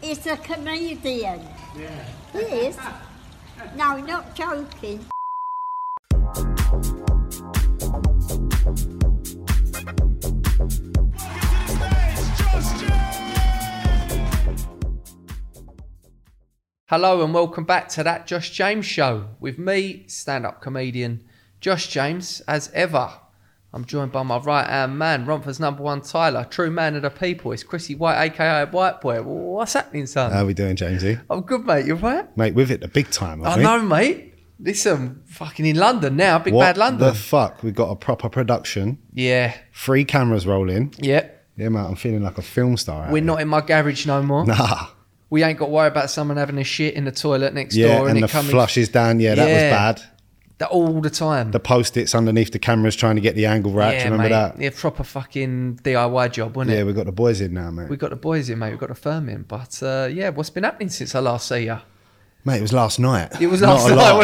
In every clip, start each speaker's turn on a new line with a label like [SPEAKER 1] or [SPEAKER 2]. [SPEAKER 1] is a comedian.
[SPEAKER 2] Yeah.
[SPEAKER 1] He is. No, not joking.
[SPEAKER 3] Hello and welcome back to that Josh James show with me, stand up comedian Josh James, as ever. I'm joined by my right hand man, Romford's number one Tyler, true man of the people. It's Chrissy White, aka White Boy. What's happening, son?
[SPEAKER 2] How are we doing, Jamesy?
[SPEAKER 3] I'm good, mate. You're right.
[SPEAKER 2] Mate, with it the big time, I
[SPEAKER 3] I
[SPEAKER 2] think.
[SPEAKER 3] know, mate. Listen, fucking in London now, big
[SPEAKER 2] what
[SPEAKER 3] bad London.
[SPEAKER 2] the fuck? We've got a proper production.
[SPEAKER 3] yeah,
[SPEAKER 2] Three cameras rolling.
[SPEAKER 3] yeah.
[SPEAKER 2] Yeah, mate, I'm feeling like a film star. out
[SPEAKER 3] We're not in my garage no more.
[SPEAKER 2] here. Nah.
[SPEAKER 3] We ain't got to worry about someone having a shit in the toilet next
[SPEAKER 2] Yeah,
[SPEAKER 3] door and,
[SPEAKER 2] and, the
[SPEAKER 3] it coming
[SPEAKER 2] flushes down. Yeah, that
[SPEAKER 3] Yeah.
[SPEAKER 2] was bad.
[SPEAKER 3] that all the time.
[SPEAKER 2] The post-its underneath the cameras trying to get the angle right. Do you remember
[SPEAKER 3] mate.
[SPEAKER 2] that?
[SPEAKER 3] Yeah, proper fucking DIY job, wasn't it?
[SPEAKER 2] Yeah, we've got the boys in now, mate.
[SPEAKER 3] We got the boys in, mate. We got the firm in, but uh, yeah, what's been happening since I last saw you?
[SPEAKER 2] Mate, it was last night.
[SPEAKER 3] It was
[SPEAKER 2] Not
[SPEAKER 3] last
[SPEAKER 2] a
[SPEAKER 3] night,
[SPEAKER 2] lot.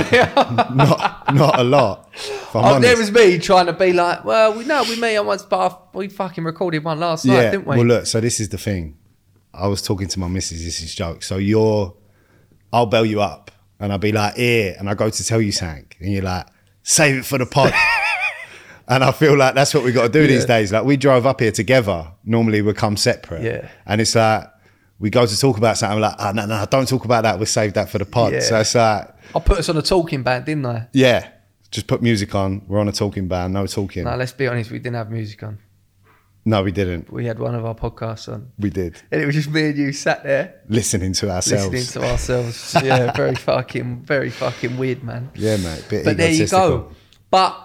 [SPEAKER 3] wasn't it?
[SPEAKER 2] not, not a lot. If I'm
[SPEAKER 3] Oh, there
[SPEAKER 2] honest.
[SPEAKER 3] was me trying to be like, well, we no, we met on once, but I- we fucking recorded one last night,
[SPEAKER 2] yeah.
[SPEAKER 3] didn't we?
[SPEAKER 2] Well, look. So this is the thing. I was talking to my missus. This is joke. So you're, I'll bail you up, and I'll be like, here, and I go to tell you something, and you're like, save it for the pod. and I feel like that's what we got to do these
[SPEAKER 3] Yeah.
[SPEAKER 2] days. Like we drove up here together. Normally we come separate.
[SPEAKER 3] Yeah.
[SPEAKER 2] And it's like we go to talk about something. We're like, ah, no, no, don't talk about that. We'll save that for the pod.
[SPEAKER 3] Yeah.
[SPEAKER 2] So it's like,
[SPEAKER 3] I put us on a talking band, didn't I?
[SPEAKER 2] yeah, just put music on. We're on a talking band. No talking.
[SPEAKER 3] No, let's be honest, we didn't have music on.
[SPEAKER 2] no we didn't.
[SPEAKER 3] We had one of our podcasts on,
[SPEAKER 2] We did
[SPEAKER 3] and it was just me and you sat there
[SPEAKER 2] listening to ourselves.
[SPEAKER 3] listening to ourselves. yeah, very fucking, very fucking weird, man.
[SPEAKER 2] Yeah, mate. Bit
[SPEAKER 3] but there you go.
[SPEAKER 2] egotistical.
[SPEAKER 3] But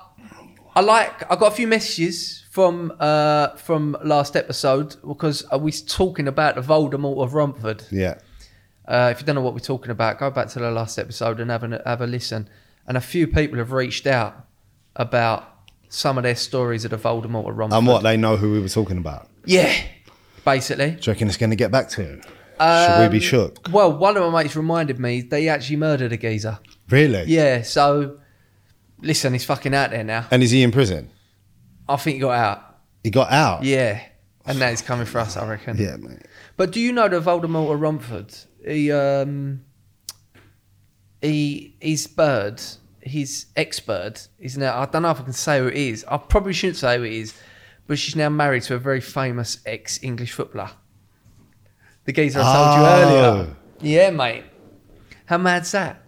[SPEAKER 3] I like. I got a few messages from uh from last episode because I was talking about the Voldemort of Romford.
[SPEAKER 2] Yeah.
[SPEAKER 3] Uh, if you don't know what we're talking about, go back to the last episode and have a have a listen. And a few people have reached out about some of their stories of the Voldemort of Romford.
[SPEAKER 2] And what they know who we were talking about.
[SPEAKER 3] Yeah, basically.
[SPEAKER 2] Do you reckon it's going to get back to? Should
[SPEAKER 3] Um,
[SPEAKER 2] we be shook?
[SPEAKER 3] Well, one of my mates reminded me they actually murdered a geezer.
[SPEAKER 2] Really?
[SPEAKER 3] Yeah, so listen, he's fucking out there now.
[SPEAKER 2] And is he in prison?
[SPEAKER 3] I think he got out.
[SPEAKER 2] He got out.
[SPEAKER 3] Yeah, and that is coming for us, I reckon.
[SPEAKER 2] Yeah, mate.
[SPEAKER 3] But do you know that Voldemort of Romford? He, um, he, his bird, his ex bird, is now. I don't know if I can say who it is. I probably shouldn't say who it is, but she's now married to a very famous ex English footballer. The geezer I told
[SPEAKER 2] Oh.
[SPEAKER 3] you earlier. Yeah, mate. How mad's that?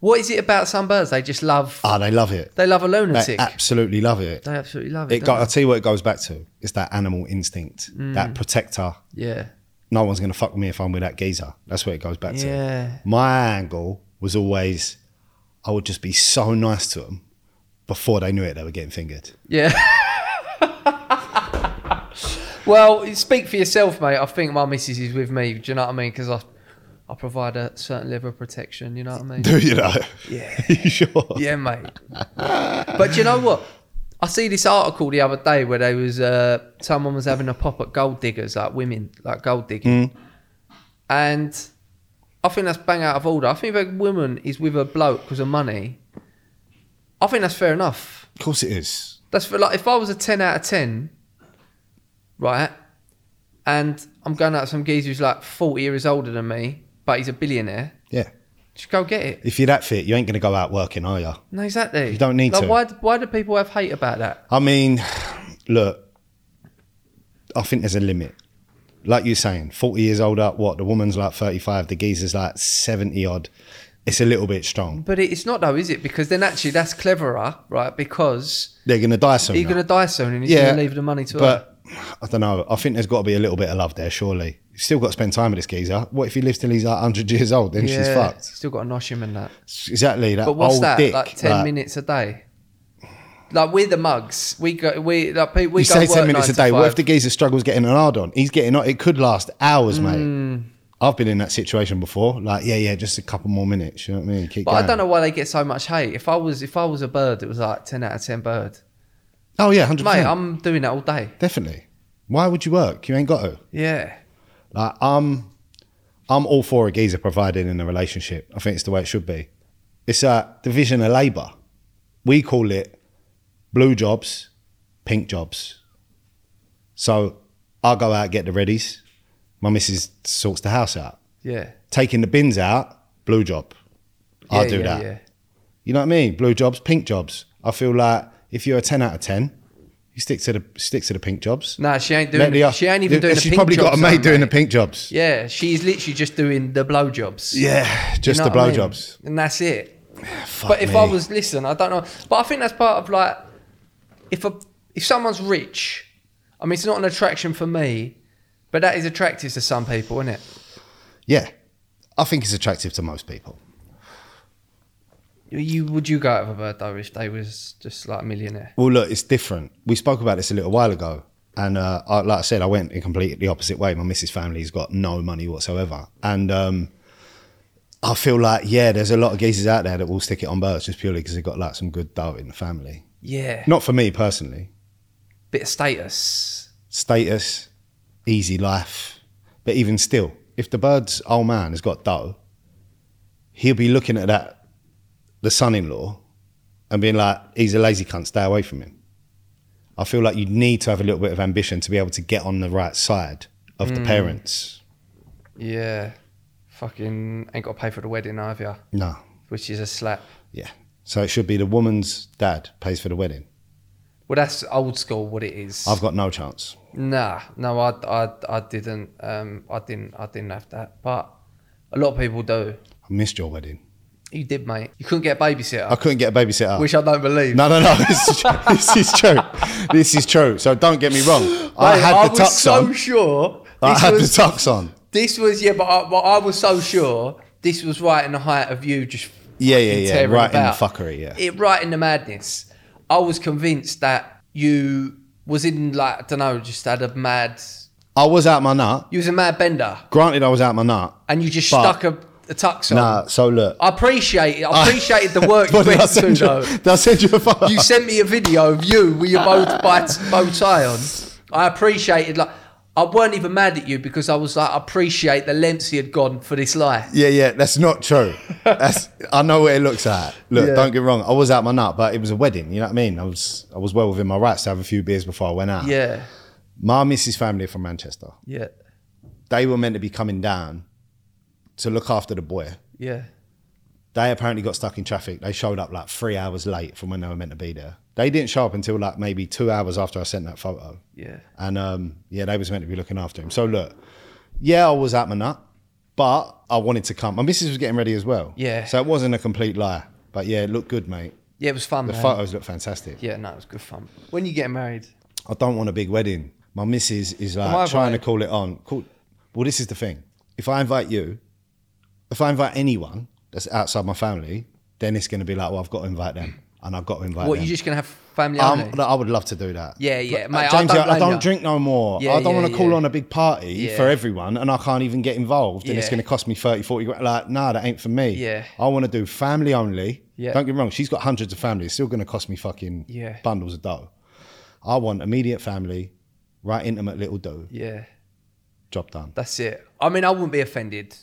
[SPEAKER 3] What is it about some birds? They just love.
[SPEAKER 2] Ah, they love it.
[SPEAKER 3] They love a
[SPEAKER 2] They
[SPEAKER 3] lunatic.
[SPEAKER 2] absolutely love it.
[SPEAKER 3] they absolutely love it. Mm.
[SPEAKER 2] It
[SPEAKER 3] don't
[SPEAKER 2] go,
[SPEAKER 3] they?
[SPEAKER 2] I'll tell you what it goes back to. It's that animal instinct, that protector.
[SPEAKER 3] yeah.
[SPEAKER 2] No one's going to fuck with me if I'm with that geezer. That's what it goes back
[SPEAKER 3] Yeah.
[SPEAKER 2] to. My angle was always I would just be so nice to them before they knew it, they were getting fingered.
[SPEAKER 3] Yeah. well, speak for yourself, mate. I think my missus is with me. Do you know what I mean? Because I, I provide a certain level of protection. You know what I mean?
[SPEAKER 2] Do you know?
[SPEAKER 3] Yeah.
[SPEAKER 2] you sure?
[SPEAKER 3] yeah, mate. But do you know what? I see this article the other day where they was uh, someone was having a pop at gold diggers, like women, like gold digging, and I think that's bang out of order. I think if a woman is with a bloke because of money, I think that's fair enough.
[SPEAKER 2] Of course it is.
[SPEAKER 3] That's for like if I was a ten out of ten, right, and I'm going out with some geezer who's like forty years older than me, but he's a billionaire.
[SPEAKER 2] Yeah.
[SPEAKER 3] Just go get it.
[SPEAKER 2] If you're that fit, you ain't going to go out working, are you?
[SPEAKER 3] No, exactly. You
[SPEAKER 2] don't need
[SPEAKER 3] like,
[SPEAKER 2] to.
[SPEAKER 3] Why? Why do people have hate about that?
[SPEAKER 2] I mean, look, I think there's a limit. Like you're saying, 40 years old up, what? The woman's like 35, the geezer's like 70 odd. It's a little bit strong.
[SPEAKER 3] But it, it's not though, is it? Because then actually that's cleverer, right? Because
[SPEAKER 2] They're going to die soon.
[SPEAKER 3] he's
[SPEAKER 2] right?
[SPEAKER 3] going to die soon, and he's going to leave the money to her.
[SPEAKER 2] But I don't know. I think there's got to be a little bit of love there, surely. You've still got to spend time with this geezer. What if he lives till he's like 100 years old? Then she's fucked.
[SPEAKER 3] Still got to nosh him and that.
[SPEAKER 2] Exactly. That
[SPEAKER 3] But what's
[SPEAKER 2] old
[SPEAKER 3] that?
[SPEAKER 2] dick.
[SPEAKER 3] like ten
[SPEAKER 2] like,
[SPEAKER 3] minutes a day. Like we're the mugs. We go. We like pe- we
[SPEAKER 2] You
[SPEAKER 3] go
[SPEAKER 2] say
[SPEAKER 3] work
[SPEAKER 2] 10 minutes a
[SPEAKER 3] nine to
[SPEAKER 2] day. What
[SPEAKER 3] five.
[SPEAKER 2] if the geezer struggles getting an hard on? He's getting on. It could last hours, mate.
[SPEAKER 3] Hmm.
[SPEAKER 2] I've been in that situation before. Like, yeah, yeah, just a couple more minutes. You know what I mean? Keep
[SPEAKER 3] But
[SPEAKER 2] going.
[SPEAKER 3] I don't know why they get so much hate. If I was if I was a bird, it was like ten out of ten bird.
[SPEAKER 2] Oh, yeah, 100%.
[SPEAKER 3] Mate, I'm doing that all day.
[SPEAKER 2] Definitely. Why would you work? You ain't got to.
[SPEAKER 3] Yeah.
[SPEAKER 2] Like, I'm, I'm all for a geezer providing in a relationship. I think it's the way it should be. It's a division of labour. We call it blue jobs, pink jobs. So I'll go out, get the readies. My missus sorts the house out.
[SPEAKER 3] Yeah.
[SPEAKER 2] Taking the bins out, blue job. I
[SPEAKER 3] Yeah,
[SPEAKER 2] do
[SPEAKER 3] yeah,
[SPEAKER 2] that.
[SPEAKER 3] yeah.
[SPEAKER 2] You know what I mean? Blue jobs, pink jobs. I feel like if you're a ten out of ten, you stick to the stick to the pink jobs.
[SPEAKER 3] Nah, she ain't
[SPEAKER 2] Let
[SPEAKER 3] doing.
[SPEAKER 2] the-
[SPEAKER 3] she ain't even
[SPEAKER 2] and
[SPEAKER 3] doing. the
[SPEAKER 2] She's
[SPEAKER 3] pink
[SPEAKER 2] probably got a
[SPEAKER 3] jobs,
[SPEAKER 2] mate
[SPEAKER 3] though,
[SPEAKER 2] doing the
[SPEAKER 3] mate.
[SPEAKER 2] pink jobs.
[SPEAKER 3] Yeah, she's literally just doing the blowjobs.
[SPEAKER 2] Yeah,
[SPEAKER 3] You
[SPEAKER 2] just
[SPEAKER 3] know
[SPEAKER 2] the
[SPEAKER 3] what I mean?
[SPEAKER 2] blowjobs.
[SPEAKER 3] and that's it.
[SPEAKER 2] Fuck
[SPEAKER 3] but if I
[SPEAKER 2] me.
[SPEAKER 3] was listen, I don't know. But I think that's part of like if a if someone's rich, I mean it's not an attraction for me, but that is attractive to some people, isn't it?
[SPEAKER 2] yeah, I think it's attractive to most people.
[SPEAKER 3] You would you go out with a bird though if they was just like a millionaire?
[SPEAKER 2] Well, look, it's different. We spoke about this a little while ago, and uh, I, like I said, I went in completely the opposite way. My missus' family's got no money whatsoever, and um, I feel like yeah, there's a lot of geezers out there that will stick it on birds just purely because they've got like some good dough in the family.
[SPEAKER 3] Yeah,
[SPEAKER 2] Not for me personally.
[SPEAKER 3] bit of status.
[SPEAKER 2] Status, easy life, but even still, if the bird's old man has got dough, he'll be looking at that the son-in-law and being like, he's a lazy cunt, stay away from him. I feel like you need to have a little bit of ambition to be able to get on the right side of the parents.
[SPEAKER 3] Yeah, fucking ain't got to pay for the wedding either,
[SPEAKER 2] No,
[SPEAKER 3] which is a slap.
[SPEAKER 2] yeah. So it should be the woman's dad pays for the wedding.
[SPEAKER 3] Well, that's old school. What it is.
[SPEAKER 2] I've got no chance.
[SPEAKER 3] Nah, no, I, I, I didn't. Um, I didn't. I didn't have that. But a lot of people do.
[SPEAKER 2] I missed your wedding.
[SPEAKER 3] You did, mate. You couldn't get a babysitter,
[SPEAKER 2] I couldn't get a babysitter.
[SPEAKER 3] which I don't believe.
[SPEAKER 2] No, no, no. This is, this is true. This is true. So don't get me wrong. I
[SPEAKER 3] Mate,
[SPEAKER 2] had
[SPEAKER 3] I
[SPEAKER 2] the
[SPEAKER 3] was
[SPEAKER 2] tux
[SPEAKER 3] so
[SPEAKER 2] on.
[SPEAKER 3] sure.
[SPEAKER 2] I
[SPEAKER 3] This
[SPEAKER 2] had
[SPEAKER 3] was,
[SPEAKER 2] the tux on.
[SPEAKER 3] this was yeah, but I, but I was so sure this was right in the height of you just
[SPEAKER 2] Yeah, yeah,
[SPEAKER 3] fucking
[SPEAKER 2] yeah,
[SPEAKER 3] tearing
[SPEAKER 2] right in the
[SPEAKER 3] about.
[SPEAKER 2] fuckery, yeah.
[SPEAKER 3] it right in the madness. I was convinced that you was in like I don't know, just had a mad.
[SPEAKER 2] I was out my nut.
[SPEAKER 3] You was a mad bender,
[SPEAKER 2] Granted, I was out my nut.
[SPEAKER 3] and you just
[SPEAKER 2] But-
[SPEAKER 3] stuck a, a tux on.
[SPEAKER 2] Nah, so look.
[SPEAKER 3] I appreciate it. I appreciated the work you
[SPEAKER 2] But did I
[SPEAKER 3] went to,
[SPEAKER 2] send you,
[SPEAKER 3] though.
[SPEAKER 2] did I send you a photo?
[SPEAKER 3] You sent me a video of you with your bow, bow, bow tie on. I appreciated, like, I weren't even mad at you because I was like, I appreciate the lengths he had gone for this lie.
[SPEAKER 2] yeah, yeah, that's not true. That's, I know what it looks like. Look,
[SPEAKER 3] Yeah.
[SPEAKER 2] don't get me wrong. I was out my nut, but it was a wedding. You know what I mean? I was, I was well within my rights to have a few beers before I went out.
[SPEAKER 3] Yeah,
[SPEAKER 2] My missus' family are from Manchester.
[SPEAKER 3] yeah,
[SPEAKER 2] They were meant to be coming down to look after the boy.
[SPEAKER 3] yeah.
[SPEAKER 2] they apparently got stuck in traffic. They showed up like three hours late from when they were meant to be there. They didn't show up until like maybe two hours after I sent that photo.
[SPEAKER 3] Yeah.
[SPEAKER 2] And um, yeah, they was meant to be looking after him. So look, yeah, I was at my nut, but I wanted to come. My missus was getting ready as well.
[SPEAKER 3] Yeah.
[SPEAKER 2] So it wasn't a complete lie. But yeah, it looked good, mate.
[SPEAKER 3] Yeah, it was fun,
[SPEAKER 2] The
[SPEAKER 3] man.
[SPEAKER 2] photos look fantastic.
[SPEAKER 3] Yeah, no, it was good fun. When you getting married?
[SPEAKER 2] I don't want a big wedding. My missus is
[SPEAKER 3] Am I
[SPEAKER 2] like trying
[SPEAKER 3] right?
[SPEAKER 2] to call it on. Call, well, this is the thing. If I invite you, if I invite anyone that's outside my family, then it's going to be like, well, I've got to invite them, and I've got to invite
[SPEAKER 3] What,
[SPEAKER 2] them.
[SPEAKER 3] you just going to have family
[SPEAKER 2] Um,
[SPEAKER 3] only?
[SPEAKER 2] no, I would love to do that.
[SPEAKER 3] Yeah, yeah,
[SPEAKER 2] But,
[SPEAKER 3] mate, I
[SPEAKER 2] James,
[SPEAKER 3] don't
[SPEAKER 2] I
[SPEAKER 3] blame
[SPEAKER 2] don't
[SPEAKER 3] you.
[SPEAKER 2] drink no more.
[SPEAKER 3] Yeah,
[SPEAKER 2] I don't
[SPEAKER 3] yeah,
[SPEAKER 2] want to call
[SPEAKER 3] yeah.
[SPEAKER 2] on a big party
[SPEAKER 3] Yeah.
[SPEAKER 2] for everyone, and I can't even get involved, and it's
[SPEAKER 3] Yeah.
[SPEAKER 2] going to cost me 30, 40 grand. Like, nah, that ain't for me.
[SPEAKER 3] Yeah.
[SPEAKER 2] I want to do family only.
[SPEAKER 3] Yeah.
[SPEAKER 2] Don't get me wrong. She's got hundreds of families. It's still going to cost me fucking
[SPEAKER 3] Yeah.
[SPEAKER 2] bundles of dough. I want immediate family, right intimate little do.
[SPEAKER 3] yeah,
[SPEAKER 2] Job done.
[SPEAKER 3] that's it. I mean, I wouldn't be offended.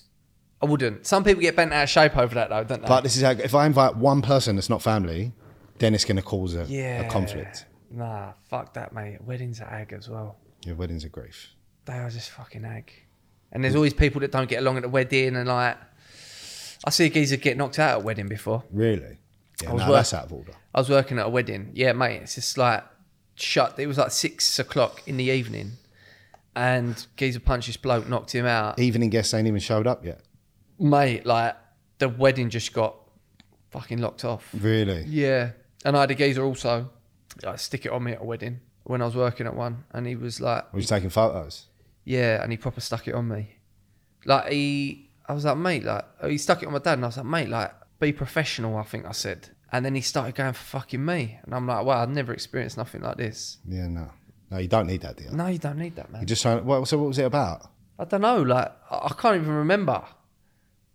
[SPEAKER 3] I wouldn't. Some people get bent out of shape over that, though, don't they?
[SPEAKER 2] But this is how, if I invite one person that's not family, then it's going to cause a,
[SPEAKER 3] yeah.
[SPEAKER 2] a conflict.
[SPEAKER 3] Nah, fuck that, mate. Weddings are ag as well.
[SPEAKER 2] Your wedding's a grief.
[SPEAKER 3] they are just fucking ag. And there's always people that don't get along at the wedding and like I see a geezer get knocked out at a wedding before.
[SPEAKER 2] Really? Yeah,
[SPEAKER 3] I was
[SPEAKER 2] nah,
[SPEAKER 3] wor-
[SPEAKER 2] that's out of order.
[SPEAKER 3] I was working at a wedding. Yeah, mate, it's just like shut it was like six o'clock in the evening and geezer punched this bloke, knocked him out.
[SPEAKER 2] Evening guests ain't even showed up yet.
[SPEAKER 3] Mate, like the wedding just got fucking locked off.
[SPEAKER 2] Really?
[SPEAKER 3] Yeah. And I had a geezer also. I stick it on me at a wedding when I was working at one and he was like
[SPEAKER 2] Were you taking photos?
[SPEAKER 3] Yeah, and he proper stuck it on me. Like he, I was like, mate, like he stuck it on my dad, and I was like, mate, like be professional. I think I said, and then he started going for fucking me, and I'm like, wow, I've never experienced nothing like this.
[SPEAKER 2] Yeah, no. No, you don't need that, do you?
[SPEAKER 3] No, you don't need that,
[SPEAKER 2] You
[SPEAKER 3] man.
[SPEAKER 2] just trying well, so what was it about?
[SPEAKER 3] I don't know, like I I can't even remember,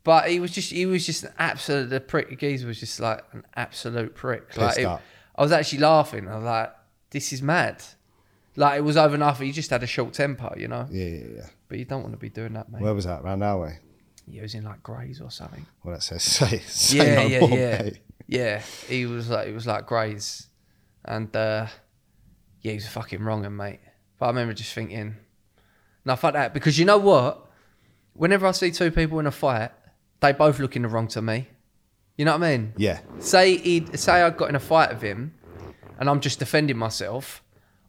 [SPEAKER 3] but he was just, he was just an absolute the prick. The geezer was just like an absolute prick. Like
[SPEAKER 2] Pissed
[SPEAKER 3] it-
[SPEAKER 2] up.
[SPEAKER 3] I was actually laughing. I was like, this is mad. Like it was over and after. He just had a short temper, you know.
[SPEAKER 2] Yeah, yeah, yeah.
[SPEAKER 3] But you don't want to be doing that, mate.
[SPEAKER 2] Where was that? Round our way.
[SPEAKER 3] using like greys or something.
[SPEAKER 2] Well, that says say, say
[SPEAKER 3] Yeah,
[SPEAKER 2] no
[SPEAKER 3] yeah,
[SPEAKER 2] more,
[SPEAKER 3] yeah,
[SPEAKER 2] mate.
[SPEAKER 3] yeah. He was like, he was like greys, and uh, yeah, he was fucking wrong, mate. But I remember just thinking, No, fuck that. Because you know what? Whenever I see two people in a fight, they both look in the wrong to me. You know what I mean?
[SPEAKER 2] Yeah.
[SPEAKER 3] Say he say I got in a fight with him, and I'm just defending myself.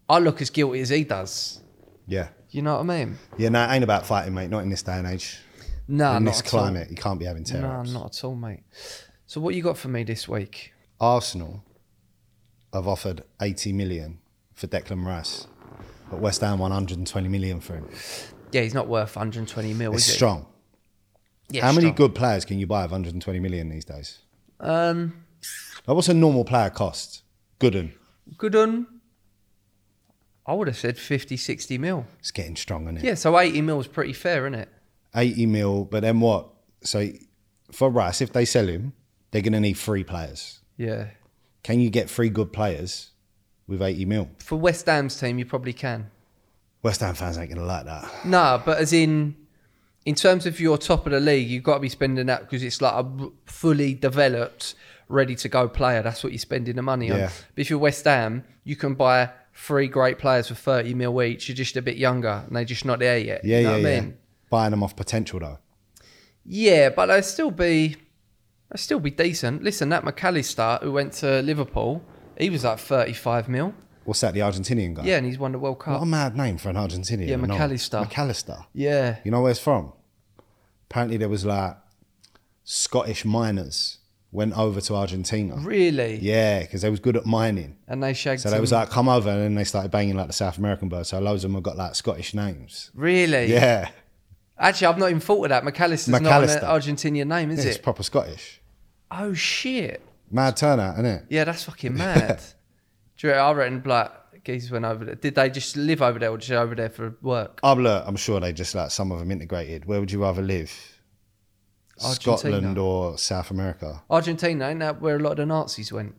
[SPEAKER 3] I look as guilty as he does.
[SPEAKER 2] Yeah.
[SPEAKER 3] You know what I mean?
[SPEAKER 2] Yeah, no, it ain't about fighting, mate. Not in this day and age.
[SPEAKER 3] No,
[SPEAKER 2] in
[SPEAKER 3] not
[SPEAKER 2] this
[SPEAKER 3] at all.
[SPEAKER 2] climate, you can't be having tear
[SPEAKER 3] No, not at all, mate. So what you got for me this week?
[SPEAKER 2] Arsenal have offered 80 million for Declan Rice, but West Ham 120 million for him.
[SPEAKER 3] Yeah, he's not worth 120 mil,
[SPEAKER 2] It's
[SPEAKER 3] is he?
[SPEAKER 2] strong.
[SPEAKER 3] Yeah,
[SPEAKER 2] How many
[SPEAKER 3] strong.
[SPEAKER 2] good players can you buy of 120 million these days?
[SPEAKER 3] Um,
[SPEAKER 2] Like, what's a normal player cost? Gooden.
[SPEAKER 3] good on. I would have said 50, 60 mil.
[SPEAKER 2] It's getting strong, isn't it?
[SPEAKER 3] Yeah, so 80 mil is pretty fair, isn't it?
[SPEAKER 2] 80 mil, but then what? So for Rice, if they sell him, they're going to need three players.
[SPEAKER 3] Yeah.
[SPEAKER 2] Can you get three good players with 80 mil?
[SPEAKER 3] For West Ham's team, you probably can.
[SPEAKER 2] West Ham fans ain't going to like that.
[SPEAKER 3] Nah, but as in, in terms of your top of the league, you've got to be spending that because it's like a r- fully developed, ready to go player. That's what you're spending the money on.
[SPEAKER 2] Yeah.
[SPEAKER 3] But if you're West Ham, you can buy three great players for 30 mil each. You're just a bit younger and they're just not there yet.
[SPEAKER 2] Yeah,
[SPEAKER 3] you know
[SPEAKER 2] yeah,
[SPEAKER 3] what I
[SPEAKER 2] yeah.
[SPEAKER 3] mean?
[SPEAKER 2] Buying them off potential, though.
[SPEAKER 3] Yeah, but they'll still be they'll still be decent. Listen, that McAllister who went to Liverpool, he was like thirty five mil.
[SPEAKER 2] What's that, the Argentinian guy?
[SPEAKER 3] Yeah, and he's won the World Cup.
[SPEAKER 2] What a mad name for an Argentinian.
[SPEAKER 3] Yeah,
[SPEAKER 2] I know.
[SPEAKER 3] McAllister.
[SPEAKER 2] McAllister.
[SPEAKER 3] Yeah.
[SPEAKER 2] You know where it's from? Apparently, there was like Scottish miners went over to Argentina.
[SPEAKER 3] Really?
[SPEAKER 2] Yeah, because they was good at mining.
[SPEAKER 3] And they shagged
[SPEAKER 2] So they
[SPEAKER 3] him.
[SPEAKER 2] was like, come over, and then they started banging like the South American birds. So loads of them have got like Scottish names.
[SPEAKER 3] Really?
[SPEAKER 2] Yeah,
[SPEAKER 3] Actually I've not even thought of that. McAllister's not an
[SPEAKER 2] McAllister.
[SPEAKER 3] Argentinian name, is
[SPEAKER 2] Yeah, it's
[SPEAKER 3] it?
[SPEAKER 2] proper Scottish.
[SPEAKER 3] Oh shit.
[SPEAKER 2] Mad turnout, isn't it?
[SPEAKER 3] Yeah, that's fucking mad. Do you, I reckon like geese went over there. Did they just live over there or just over there for work?
[SPEAKER 2] Oh, look, I'm sure they just like some of them integrated. Where would you rather live?
[SPEAKER 3] Argentina.
[SPEAKER 2] Scotland or South America?
[SPEAKER 3] Argentina, ain't that where a lot of the Nazis went?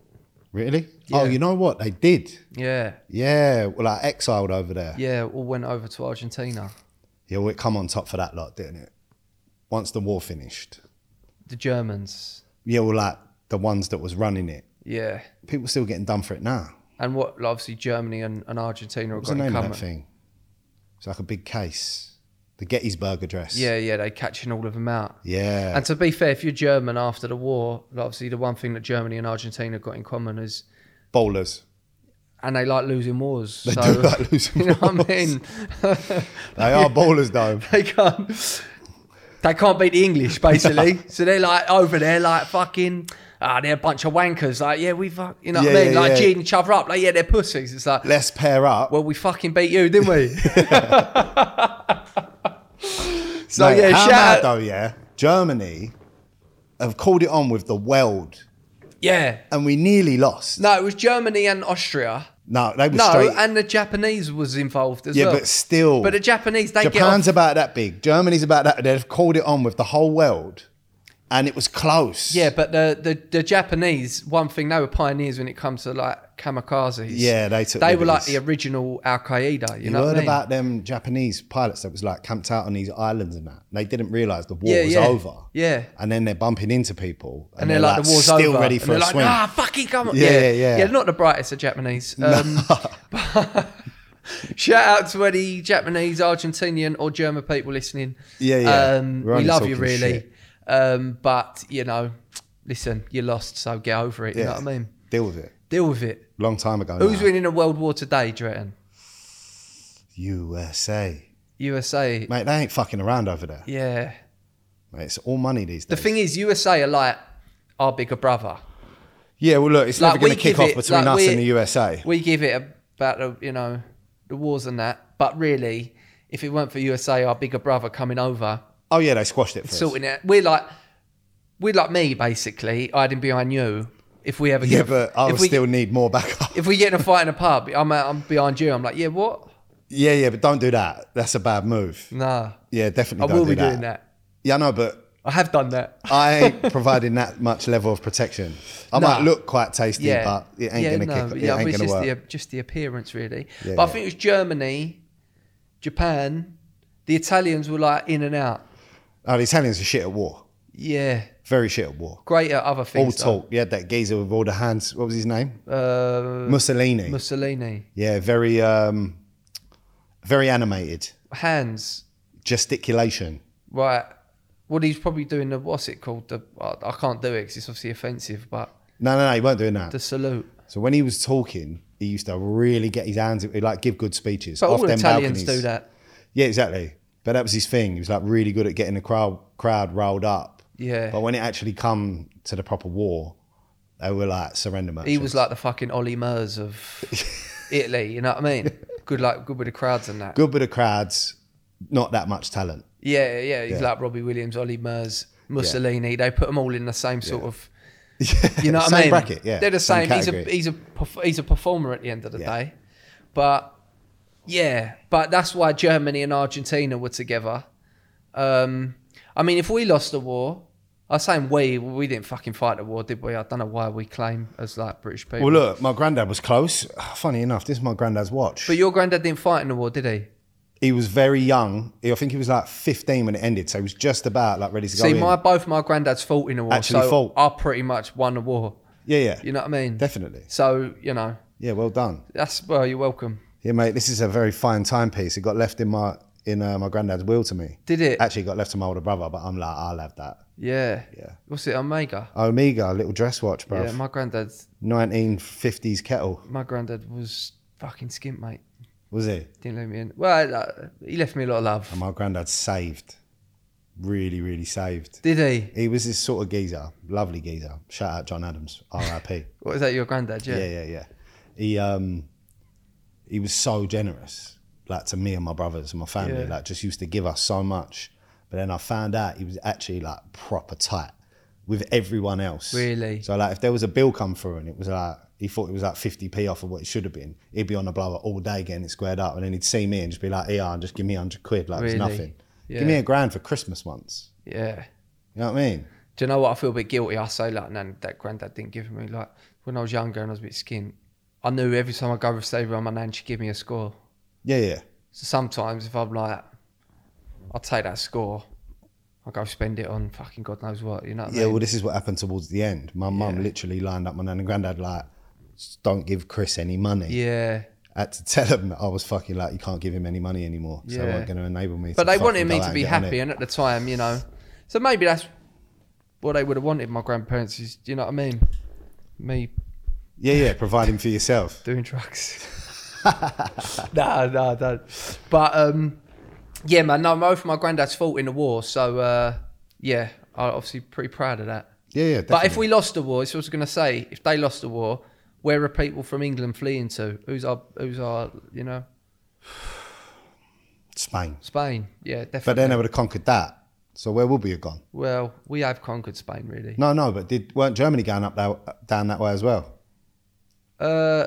[SPEAKER 2] Really?
[SPEAKER 3] Yeah.
[SPEAKER 2] Oh, you know what? They did.
[SPEAKER 3] Yeah.
[SPEAKER 2] Yeah, well, like exiled over there.
[SPEAKER 3] Yeah, all went over to Argentina.
[SPEAKER 2] Yeah, well, it come on top for that lot, didn't it? Once the war finished.
[SPEAKER 3] The Germans.
[SPEAKER 2] Yeah, well, like the ones that was running it.
[SPEAKER 3] Yeah.
[SPEAKER 2] People still getting done for it now.
[SPEAKER 3] And what like, obviously Germany and, and Argentina are
[SPEAKER 2] What's the
[SPEAKER 3] going to
[SPEAKER 2] name of
[SPEAKER 3] come.
[SPEAKER 2] that thing? It's like a big case. The Gettysburg Address.
[SPEAKER 3] Yeah, yeah, they're catching all of them out.
[SPEAKER 2] Yeah.
[SPEAKER 3] And to be fair, if you're German after the war, like, obviously the one thing that Germany and Argentina got in common is
[SPEAKER 2] Bowlers.
[SPEAKER 3] and they like losing wars.
[SPEAKER 2] They
[SPEAKER 3] so
[SPEAKER 2] do like losing
[SPEAKER 3] You know what
[SPEAKER 2] wars.
[SPEAKER 3] I mean?
[SPEAKER 2] They are bowlers, though.
[SPEAKER 3] they can't they can't beat the English basically. so they're like over there like fucking ah, they're a bunch of wankers. Like, yeah, we fuck you know what
[SPEAKER 2] Yeah,
[SPEAKER 3] I mean?
[SPEAKER 2] yeah,
[SPEAKER 3] like
[SPEAKER 2] yeah.
[SPEAKER 3] cheating each other up, like, yeah, they're pussies. It's like
[SPEAKER 2] Let's pair up.
[SPEAKER 3] Well, we fucking beat you, didn't we? so
[SPEAKER 2] Mate,
[SPEAKER 3] yeah,
[SPEAKER 2] how
[SPEAKER 3] shout
[SPEAKER 2] mad,
[SPEAKER 3] out.
[SPEAKER 2] though, yeah. Germany have called it on with the weld,
[SPEAKER 3] Yeah.
[SPEAKER 2] and we nearly lost.
[SPEAKER 3] No, it was Germany and Austria.
[SPEAKER 2] No, they were
[SPEAKER 3] No,
[SPEAKER 2] straight.
[SPEAKER 3] and the Japanese was involved as
[SPEAKER 2] yeah,
[SPEAKER 3] well.
[SPEAKER 2] but still.
[SPEAKER 3] But the Japanese, they
[SPEAKER 2] Japan's
[SPEAKER 3] get off.
[SPEAKER 2] about that big. Germany's about that. They've called it on with the whole world, and it was close.
[SPEAKER 3] Yeah, but the, the the Japanese, one thing they were pioneers when it comes to like kamikazes.
[SPEAKER 2] Yeah, they took
[SPEAKER 3] They were like the
[SPEAKER 2] liberties.
[SPEAKER 3] original Al Qaeda. You,
[SPEAKER 2] You
[SPEAKER 3] know what I
[SPEAKER 2] heard
[SPEAKER 3] mean?
[SPEAKER 2] about them Japanese pilots that was like camped out on these islands and that. They didn't realize the war
[SPEAKER 3] Yeah,
[SPEAKER 2] was
[SPEAKER 3] yeah.
[SPEAKER 2] over.
[SPEAKER 3] Yeah.
[SPEAKER 2] And then they're bumping into people,
[SPEAKER 3] and they're like, the war's
[SPEAKER 2] still
[SPEAKER 3] over.
[SPEAKER 2] ready
[SPEAKER 3] And
[SPEAKER 2] for
[SPEAKER 3] they're
[SPEAKER 2] a
[SPEAKER 3] like,
[SPEAKER 2] swing.
[SPEAKER 3] Ah, fucking come on.
[SPEAKER 2] Yeah,
[SPEAKER 3] yeah,
[SPEAKER 2] yeah, yeah.
[SPEAKER 3] Yeah, not the brightest of Japanese. Um, shout out to any Japanese, Argentinian, or German people listening.
[SPEAKER 2] Yeah, yeah.
[SPEAKER 3] Um,
[SPEAKER 2] We're
[SPEAKER 3] we
[SPEAKER 2] only
[SPEAKER 3] love you,
[SPEAKER 2] talking
[SPEAKER 3] really.
[SPEAKER 2] shit.
[SPEAKER 3] Um, but, you know, listen, you lost, so get over it. You
[SPEAKER 2] Yeah.
[SPEAKER 3] know what I mean?
[SPEAKER 2] Deal with it.
[SPEAKER 3] Deal with it.
[SPEAKER 2] Long time ago.
[SPEAKER 3] Who's
[SPEAKER 2] now.
[SPEAKER 3] winning a world war today, Dretton?
[SPEAKER 2] USA?
[SPEAKER 3] USA.
[SPEAKER 2] Mate, they ain't fucking around over there.
[SPEAKER 3] Yeah.
[SPEAKER 2] Mate, it's all money these
[SPEAKER 3] The
[SPEAKER 2] days.
[SPEAKER 3] thing is, USA are like our bigger brother.
[SPEAKER 2] yeah, well, look, it's
[SPEAKER 3] Like,
[SPEAKER 2] never going
[SPEAKER 3] we
[SPEAKER 2] to kick
[SPEAKER 3] give
[SPEAKER 2] off
[SPEAKER 3] it-
[SPEAKER 2] between
[SPEAKER 3] like,
[SPEAKER 2] us
[SPEAKER 3] we-
[SPEAKER 2] and the USA.
[SPEAKER 3] we give it about the you know the wars and that, but really, if it weren't for USA, our bigger brother coming over,
[SPEAKER 2] oh, yeah, they squashed it for us.
[SPEAKER 3] sorting it, we're like we're like me basically hiding behind you. If we ever
[SPEAKER 2] Yeah,
[SPEAKER 3] get,
[SPEAKER 2] but I
[SPEAKER 3] if
[SPEAKER 2] would
[SPEAKER 3] we,
[SPEAKER 2] still need more backup.
[SPEAKER 3] if we get in a fight in a pub, I'm uh, I'm behind you. I'm like, yeah, what?
[SPEAKER 2] Yeah, yeah, but don't do that. That's a bad move.
[SPEAKER 3] Nah,
[SPEAKER 2] Yeah,
[SPEAKER 3] I
[SPEAKER 2] definitely. don't
[SPEAKER 3] will
[SPEAKER 2] do
[SPEAKER 3] be
[SPEAKER 2] that.
[SPEAKER 3] doing that.
[SPEAKER 2] Yeah, no, but
[SPEAKER 3] I have done that.
[SPEAKER 2] I ain't providing that much level of protection. I
[SPEAKER 3] Nah.
[SPEAKER 2] might look quite tasty,
[SPEAKER 3] yeah,
[SPEAKER 2] but it ain't
[SPEAKER 3] yeah,
[SPEAKER 2] gonna
[SPEAKER 3] no,
[SPEAKER 2] kick.
[SPEAKER 3] but
[SPEAKER 2] It
[SPEAKER 3] yeah, but
[SPEAKER 2] ain't
[SPEAKER 3] it's
[SPEAKER 2] gonna
[SPEAKER 3] just
[SPEAKER 2] work.
[SPEAKER 3] the just the appearance really.
[SPEAKER 2] Yeah,
[SPEAKER 3] but I
[SPEAKER 2] yeah.
[SPEAKER 3] think it was Germany, Japan, the Italians were like in and out.
[SPEAKER 2] Oh, the Italians are shit at war.
[SPEAKER 3] Yeah,
[SPEAKER 2] Very shit at war.
[SPEAKER 3] great at other
[SPEAKER 2] All
[SPEAKER 3] things. though.
[SPEAKER 2] talk. Yeah, that geezer with all the hands. What was his name?
[SPEAKER 3] Uh,
[SPEAKER 2] Mussolini.
[SPEAKER 3] Mussolini.
[SPEAKER 2] yeah, very, um, very animated.
[SPEAKER 3] hands,
[SPEAKER 2] Gesticulation.
[SPEAKER 3] right? What he's probably doing the what's it called? The I I can't do it because it's obviously offensive, but
[SPEAKER 2] No, no, no, he weren't doing that.
[SPEAKER 3] the salute.
[SPEAKER 2] So when he was talking, he used to really get his hands, he'd like give good speeches.
[SPEAKER 3] But
[SPEAKER 2] off
[SPEAKER 3] all
[SPEAKER 2] them
[SPEAKER 3] Italians
[SPEAKER 2] balconies.
[SPEAKER 3] do that.
[SPEAKER 2] Yeah, exactly. But that was his thing. He was like really good at getting the crowd crowd riled up.
[SPEAKER 3] Yeah.
[SPEAKER 2] But when it actually come to the proper war, they were like surrender merchants.
[SPEAKER 3] He was like the fucking Ollie Murs of Italy. You know what I mean? Good like good with the crowds and that.
[SPEAKER 2] good with the crowds, not that much talent.
[SPEAKER 3] Yeah, yeah. He's
[SPEAKER 2] Yeah.
[SPEAKER 3] like Robbie Williams, Ollie Murs, Mussolini. They put them all in the same sort of. You know what
[SPEAKER 2] same
[SPEAKER 3] I mean?
[SPEAKER 2] bracket. Yeah,
[SPEAKER 3] They're the same. he's a
[SPEAKER 2] category.
[SPEAKER 3] he's a perf- he's a performer at the end of the
[SPEAKER 2] Yeah.
[SPEAKER 3] day, but yeah, but that's why Germany and Argentina were together. Um, I mean, if we lost the war, I'm saying we we didn't fucking fight the war, did we? I don't know why we claim as like British people.
[SPEAKER 2] well, look, my granddad was close. Funny enough, this is my granddad's watch.
[SPEAKER 3] but your granddad didn't fight in the war, did he?
[SPEAKER 2] he was very young. He- I think he was like 15 when it ended, so he was just about like ready to go.
[SPEAKER 3] See,
[SPEAKER 2] in.
[SPEAKER 3] my both my granddads fought in the war,
[SPEAKER 2] Actually
[SPEAKER 3] so
[SPEAKER 2] fought.
[SPEAKER 3] I pretty much won the war.
[SPEAKER 2] yeah, yeah,
[SPEAKER 3] You know what I mean?
[SPEAKER 2] definitely.
[SPEAKER 3] So you know,
[SPEAKER 2] Yeah, well done.
[SPEAKER 3] that's well, you're welcome.
[SPEAKER 2] Yeah, mate, this is a very fine timepiece. It got left in my in uh, my granddad's will to me.
[SPEAKER 3] Did it?
[SPEAKER 2] Actually, it got left to my older brother, but I'm like, I'll have that.
[SPEAKER 3] Yeah.
[SPEAKER 2] Yeah.
[SPEAKER 3] What's it, Omega?
[SPEAKER 2] Omega, little dress watch, bro.
[SPEAKER 3] Yeah, my granddad,
[SPEAKER 2] 1950s kettle,
[SPEAKER 3] my granddad was fucking skimp, mate.
[SPEAKER 2] was he?
[SPEAKER 3] Didn't let me in. Well, like, he left me a lot of love.
[SPEAKER 2] And my granddad saved. Really, really saved.
[SPEAKER 3] Did he?
[SPEAKER 2] He was this sort of geezer, lovely geezer. Shout out John Adams, RIP.
[SPEAKER 3] What was that, your granddad? Yeah.
[SPEAKER 2] yeah, yeah, yeah. He um he was so generous, like to me and my brothers and my family,
[SPEAKER 3] Yeah.
[SPEAKER 2] like just used to give us so much. But then I found out he was actually like proper tight with everyone else.
[SPEAKER 3] Really?
[SPEAKER 2] So like if there was a bill come through and it was like he thought it was like 50p off of what it should have been, he'd be on the blower all day getting it squared up and then he'd see me and just be like, Yeah, and just give me hundred quid, like it's
[SPEAKER 3] Really?
[SPEAKER 2] nothing.
[SPEAKER 3] Yeah.
[SPEAKER 2] Give me a grand for Christmas once.
[SPEAKER 3] Yeah.
[SPEAKER 2] You know what I mean?
[SPEAKER 3] Do you know what? I feel a bit guilty. I say, like, no, that granddad didn't give me, like, when I was younger and I was a bit skint, I knew every time I go over stay around my nan, she'd give me a score.
[SPEAKER 2] Yeah, yeah.
[SPEAKER 3] So sometimes if I'm like, I'll take that score, I'll go spend it on fucking God knows what, you know what I
[SPEAKER 2] Yeah,
[SPEAKER 3] mean?
[SPEAKER 2] well, this is what happened towards the end. My mum literally lined up my nan and granddad like, don't give Chris any money.
[SPEAKER 3] yeah.
[SPEAKER 2] I had to tell them that I was fucking like, you can't give him any money anymore. So they
[SPEAKER 3] Yeah.
[SPEAKER 2] weren't going to enable me.
[SPEAKER 3] But
[SPEAKER 2] to
[SPEAKER 3] they
[SPEAKER 2] fucking go
[SPEAKER 3] wanted me
[SPEAKER 2] out
[SPEAKER 3] to
[SPEAKER 2] and
[SPEAKER 3] be
[SPEAKER 2] get on
[SPEAKER 3] happy,
[SPEAKER 2] it.
[SPEAKER 3] and at the time, you know, so maybe that's what they would have wanted. My grandparents is, you know what I mean? Me
[SPEAKER 2] Yeah, yeah, providing for yourself.
[SPEAKER 3] doing drugs. no, no, I don't. But um, yeah, man, no, both my granddad's fought in the war, so uh, yeah, I'm obviously pretty proud of that.
[SPEAKER 2] Yeah, yeah.
[SPEAKER 3] But if
[SPEAKER 2] definitely.
[SPEAKER 3] we lost the war, this is what I was going to say. If they lost the war, where are people from England fleeing to? Who's our, who's our, you know,
[SPEAKER 2] Spain.
[SPEAKER 3] Spain? Yeah, definitely.
[SPEAKER 2] But then they would have conquered that. So where would we have gone?
[SPEAKER 3] well, we have conquered Spain, really.
[SPEAKER 2] No, no, but did weren't Germany going up that, down that way as well?
[SPEAKER 3] Uh,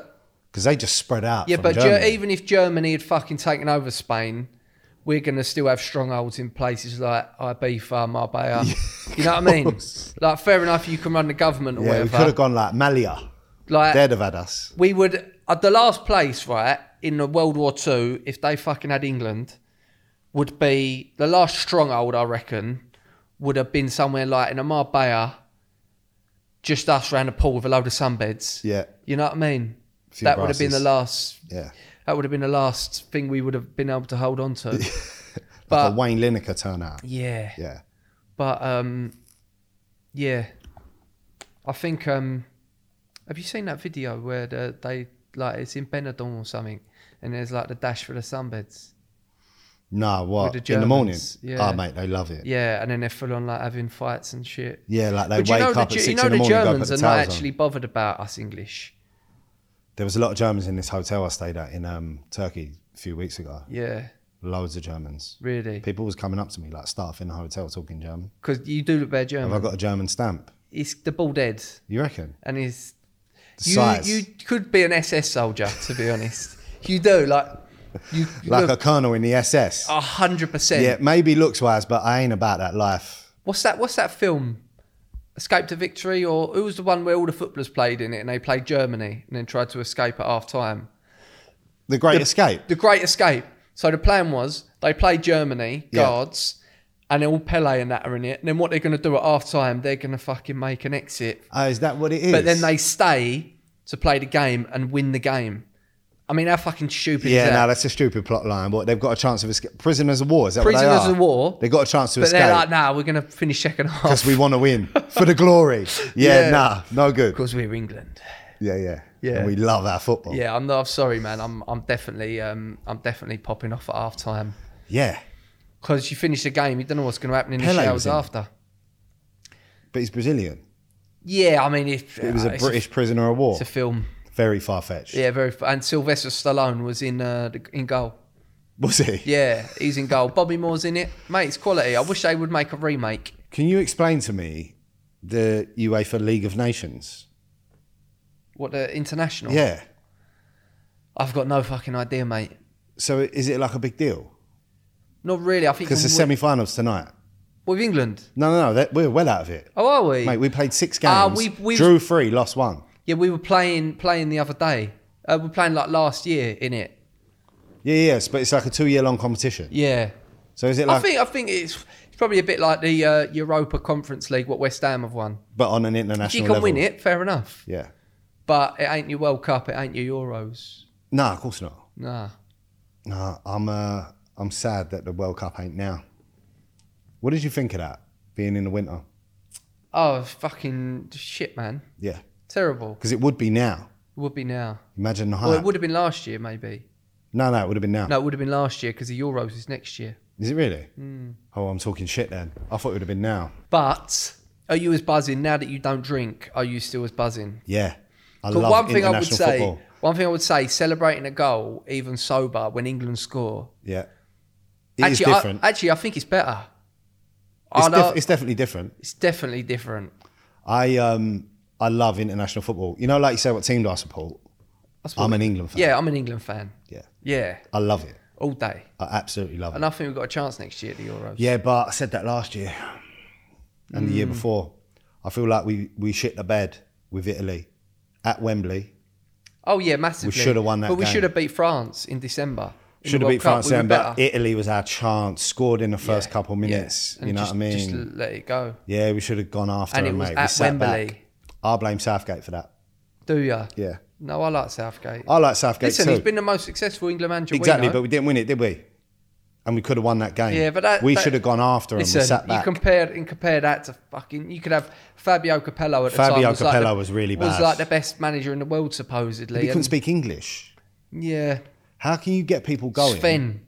[SPEAKER 2] Because they just spread out.
[SPEAKER 3] Yeah,
[SPEAKER 2] from
[SPEAKER 3] but Ger-
[SPEAKER 2] Germany.
[SPEAKER 3] even if Germany had fucking taken over Spain, we're going to still have strongholds in places like Ibiza, Marbella. you know what I mean? Like, fair enough, you can run the government or
[SPEAKER 2] yeah, we could
[SPEAKER 3] whatever.
[SPEAKER 2] have gone like Malia.
[SPEAKER 3] like,
[SPEAKER 2] They'd have had us.
[SPEAKER 3] we would at the last place, right, in the World War Two, if they fucking had England, would be the last stronghold. I reckon would have been somewhere like in a Marbella, just us round a pool with a load of sunbeds.
[SPEAKER 2] Yeah.
[SPEAKER 3] you know what I mean.
[SPEAKER 2] Few
[SPEAKER 3] That would have been the
[SPEAKER 2] brasses.
[SPEAKER 3] last
[SPEAKER 2] Yeah.
[SPEAKER 3] that would have been the last thing we would have been able to hold on to.
[SPEAKER 2] Like a
[SPEAKER 3] but
[SPEAKER 2] Wayne Lineker turnout.
[SPEAKER 3] yeah,
[SPEAKER 2] Yeah.
[SPEAKER 3] but um, yeah, I think um, have you seen that video where the, they like it's in Benidorm or something, and there's like the dash for the sunbeds.
[SPEAKER 2] No, what?
[SPEAKER 3] With the
[SPEAKER 2] In the morning?
[SPEAKER 3] Germans, yeah.
[SPEAKER 2] Yeah. Oh, mate, they love it.
[SPEAKER 3] Yeah, and then they're full on like having fights and shit.
[SPEAKER 2] Yeah, like they
[SPEAKER 3] but
[SPEAKER 2] wake
[SPEAKER 3] you know, the,
[SPEAKER 2] up at
[SPEAKER 3] Ge-
[SPEAKER 2] six
[SPEAKER 3] you know
[SPEAKER 2] in the
[SPEAKER 3] the
[SPEAKER 2] morning. and go
[SPEAKER 3] Germans
[SPEAKER 2] put the
[SPEAKER 3] are not
[SPEAKER 2] towels on.
[SPEAKER 3] actually bothered about us English.
[SPEAKER 2] There was a lot of Germans in this hotel I stayed at in um, Turkey a few weeks ago.
[SPEAKER 3] Yeah,
[SPEAKER 2] Loads of Germans.
[SPEAKER 3] really,
[SPEAKER 2] People was coming up to me, like staff in the hotel, talking German.
[SPEAKER 3] because you do look very
[SPEAKER 2] Have
[SPEAKER 3] German.
[SPEAKER 2] I got a German stamp?
[SPEAKER 3] it's the bald head,
[SPEAKER 2] You reckon?
[SPEAKER 3] and it's
[SPEAKER 2] The
[SPEAKER 3] You
[SPEAKER 2] size,
[SPEAKER 3] you could be an SS soldier, to be honest. You do like you
[SPEAKER 2] like a
[SPEAKER 3] look Oh,
[SPEAKER 2] colonel in the SS.
[SPEAKER 3] a hundred
[SPEAKER 2] yeah,
[SPEAKER 3] percent.
[SPEAKER 2] maybe looks wise, but I ain't about that life.
[SPEAKER 3] What's that? What's that film? Escape to Victory, or who was the one where all the footballers played in it and they played Germany and then tried to escape at half time?
[SPEAKER 2] The Great Escape.
[SPEAKER 3] The Great Escape. So the plan was they play Germany
[SPEAKER 2] Yeah.
[SPEAKER 3] guards, and all Pele and that are in it. And then what they're going to do at half time? They're going to fucking make an exit
[SPEAKER 2] Oh, is that what it is?
[SPEAKER 3] But then they stay to play the game and win the game. I mean, how fucking stupid
[SPEAKER 2] Yeah,
[SPEAKER 3] is that?
[SPEAKER 2] no, that's a stupid plot line. But they've got a chance of escape. Prisoners of war. Is that what they
[SPEAKER 3] Prisoners
[SPEAKER 2] are?
[SPEAKER 3] of war.
[SPEAKER 2] They got a chance to
[SPEAKER 3] but they're like,
[SPEAKER 2] escape
[SPEAKER 3] nah, we're gonna finish second half
[SPEAKER 2] because we want to win for the glory. Yeah,
[SPEAKER 3] Yeah.
[SPEAKER 2] nah, no good.
[SPEAKER 3] because we're England.
[SPEAKER 2] Yeah, yeah,
[SPEAKER 3] Yeah.
[SPEAKER 2] And we love our football.
[SPEAKER 3] Yeah, I'm not. I'm sorry, man. I'm I'm definitely um I'm definitely popping off at half time
[SPEAKER 2] yeah.
[SPEAKER 3] because you finish the game, you don't know what's going to happen in
[SPEAKER 2] Pele
[SPEAKER 3] the
[SPEAKER 2] was
[SPEAKER 3] showers
[SPEAKER 2] in it.
[SPEAKER 3] after.
[SPEAKER 2] But he's Brazilian.
[SPEAKER 3] Yeah, I mean, if uh,
[SPEAKER 2] It was a
[SPEAKER 3] it's
[SPEAKER 2] British prisoner of war.
[SPEAKER 3] it's a film.
[SPEAKER 2] Very far fetched.
[SPEAKER 3] Yeah, very. f- And Sylvester Stallone was in uh, the, in goal.
[SPEAKER 2] Was he?
[SPEAKER 3] Yeah, he's in goal. Bobby Moore's in it. Mate, it's quality. I wish they would make a remake.
[SPEAKER 2] Can you explain to me the UEFA League of Nations?
[SPEAKER 3] What the international?
[SPEAKER 2] Yeah.
[SPEAKER 3] I've got no fucking idea, mate.
[SPEAKER 2] So is it like a big deal?
[SPEAKER 3] Not really. I think
[SPEAKER 2] Because the
[SPEAKER 3] with,
[SPEAKER 2] semi-finals tonight.
[SPEAKER 3] with England.
[SPEAKER 2] No, no, no. That, we're well out of it,
[SPEAKER 3] Oh, are we?
[SPEAKER 2] mate. We played six games.
[SPEAKER 3] Ah, we- we-
[SPEAKER 2] drew three, lost one.
[SPEAKER 3] Yeah, we were playing playing the other day. Uh, we were playing like last year in it.
[SPEAKER 2] Yeah, yes, but it's like a two-year-long competition.
[SPEAKER 3] Yeah.
[SPEAKER 2] So is it
[SPEAKER 3] I
[SPEAKER 2] like,
[SPEAKER 3] think I think it's it's probably a bit like the uh, Europa Conference League what West Ham have won.
[SPEAKER 2] but on an international
[SPEAKER 3] If you can
[SPEAKER 2] level?
[SPEAKER 3] win it, fair enough.
[SPEAKER 2] Yeah.
[SPEAKER 3] But it ain't your World Cup. It ain't your Euros.
[SPEAKER 2] Nah, of course not.
[SPEAKER 3] Nah.
[SPEAKER 2] Nah, I'm uh, I'm sad that the World Cup ain't now. What did you think of that being in the winter?
[SPEAKER 3] Oh fucking shit, man.
[SPEAKER 2] Yeah,
[SPEAKER 3] Terrible.
[SPEAKER 2] because it would be now.
[SPEAKER 3] It would be now.
[SPEAKER 2] Imagine the hype.
[SPEAKER 3] Well, it would have been last year, maybe.
[SPEAKER 2] No, no, it would have been now.
[SPEAKER 3] No, it would have been last year because the Euros is next year.
[SPEAKER 2] Is it really?
[SPEAKER 3] Hmm.
[SPEAKER 2] Oh, I'm talking shit then. I thought it would have been now.
[SPEAKER 3] But are you as buzzing now that you don't drink? Are you still as buzzing?
[SPEAKER 2] Yeah. I
[SPEAKER 3] But
[SPEAKER 2] love
[SPEAKER 3] one thing
[SPEAKER 2] international
[SPEAKER 3] I would say,
[SPEAKER 2] football.
[SPEAKER 3] one thing I would say, celebrating a goal even sober when England score.
[SPEAKER 2] Yeah. It is
[SPEAKER 3] actually,
[SPEAKER 2] different.
[SPEAKER 3] I, actually, I think it's better.
[SPEAKER 2] it's,
[SPEAKER 3] I know-
[SPEAKER 2] def- it's definitely different.
[SPEAKER 3] It's definitely different.
[SPEAKER 2] I um I love international football. You know, like you said, what team do I support?
[SPEAKER 3] I suppose-
[SPEAKER 2] I'm an England fan.
[SPEAKER 3] Yeah, I'm an England fan.
[SPEAKER 2] Yeah.
[SPEAKER 3] Yeah,
[SPEAKER 2] I love it.
[SPEAKER 3] all day.
[SPEAKER 2] I absolutely love it.
[SPEAKER 3] And I think we've got a chance next year at the Euros.
[SPEAKER 2] Yeah, but I said that last year and the year
[SPEAKER 3] Hmm.
[SPEAKER 2] before. I feel like we, we shit the bed with Italy at Wembley.
[SPEAKER 3] Oh yeah, massively.
[SPEAKER 2] should have won that
[SPEAKER 3] But we
[SPEAKER 2] game.
[SPEAKER 3] should have beat France in December. In the
[SPEAKER 2] Should have
[SPEAKER 3] World
[SPEAKER 2] beat
[SPEAKER 3] Cup,
[SPEAKER 2] France
[SPEAKER 3] we were
[SPEAKER 2] then, but
[SPEAKER 3] better.
[SPEAKER 2] Italy was our chance. Scored in the first
[SPEAKER 3] Yeah,
[SPEAKER 2] couple
[SPEAKER 3] yeah.
[SPEAKER 2] minutes.
[SPEAKER 3] And
[SPEAKER 2] You know
[SPEAKER 3] just-
[SPEAKER 2] what I mean?
[SPEAKER 3] Just l- let it go.
[SPEAKER 2] Yeah, we should have gone after
[SPEAKER 3] And it
[SPEAKER 2] him,
[SPEAKER 3] was
[SPEAKER 2] mate.
[SPEAKER 3] at
[SPEAKER 2] we sat
[SPEAKER 3] Wembley.
[SPEAKER 2] back. I blame Southgate for that.
[SPEAKER 3] Do ya?
[SPEAKER 2] Yeah,
[SPEAKER 3] No, I like Southgate.
[SPEAKER 2] I like Southgate
[SPEAKER 3] Listen,
[SPEAKER 2] too.
[SPEAKER 3] he's been the most successful England manager.
[SPEAKER 2] exactly,
[SPEAKER 3] we
[SPEAKER 2] but
[SPEAKER 3] know.
[SPEAKER 2] we didn't win it, did we? And we could have won that game.
[SPEAKER 3] yeah, but that,
[SPEAKER 2] we
[SPEAKER 3] that-
[SPEAKER 2] should have gone after him. We
[SPEAKER 3] Listen,
[SPEAKER 2] sat back.
[SPEAKER 3] You compared and compare that to fucking. You could have Fabio Capello at the
[SPEAKER 2] Fabio
[SPEAKER 3] time. was like
[SPEAKER 2] Capello
[SPEAKER 3] the-
[SPEAKER 2] was really
[SPEAKER 3] Was
[SPEAKER 2] bad.
[SPEAKER 3] like the best manager in the world supposedly.
[SPEAKER 2] But he couldn't
[SPEAKER 3] and-
[SPEAKER 2] speak English.
[SPEAKER 3] Yeah,
[SPEAKER 2] How can you get people going?
[SPEAKER 3] Sven.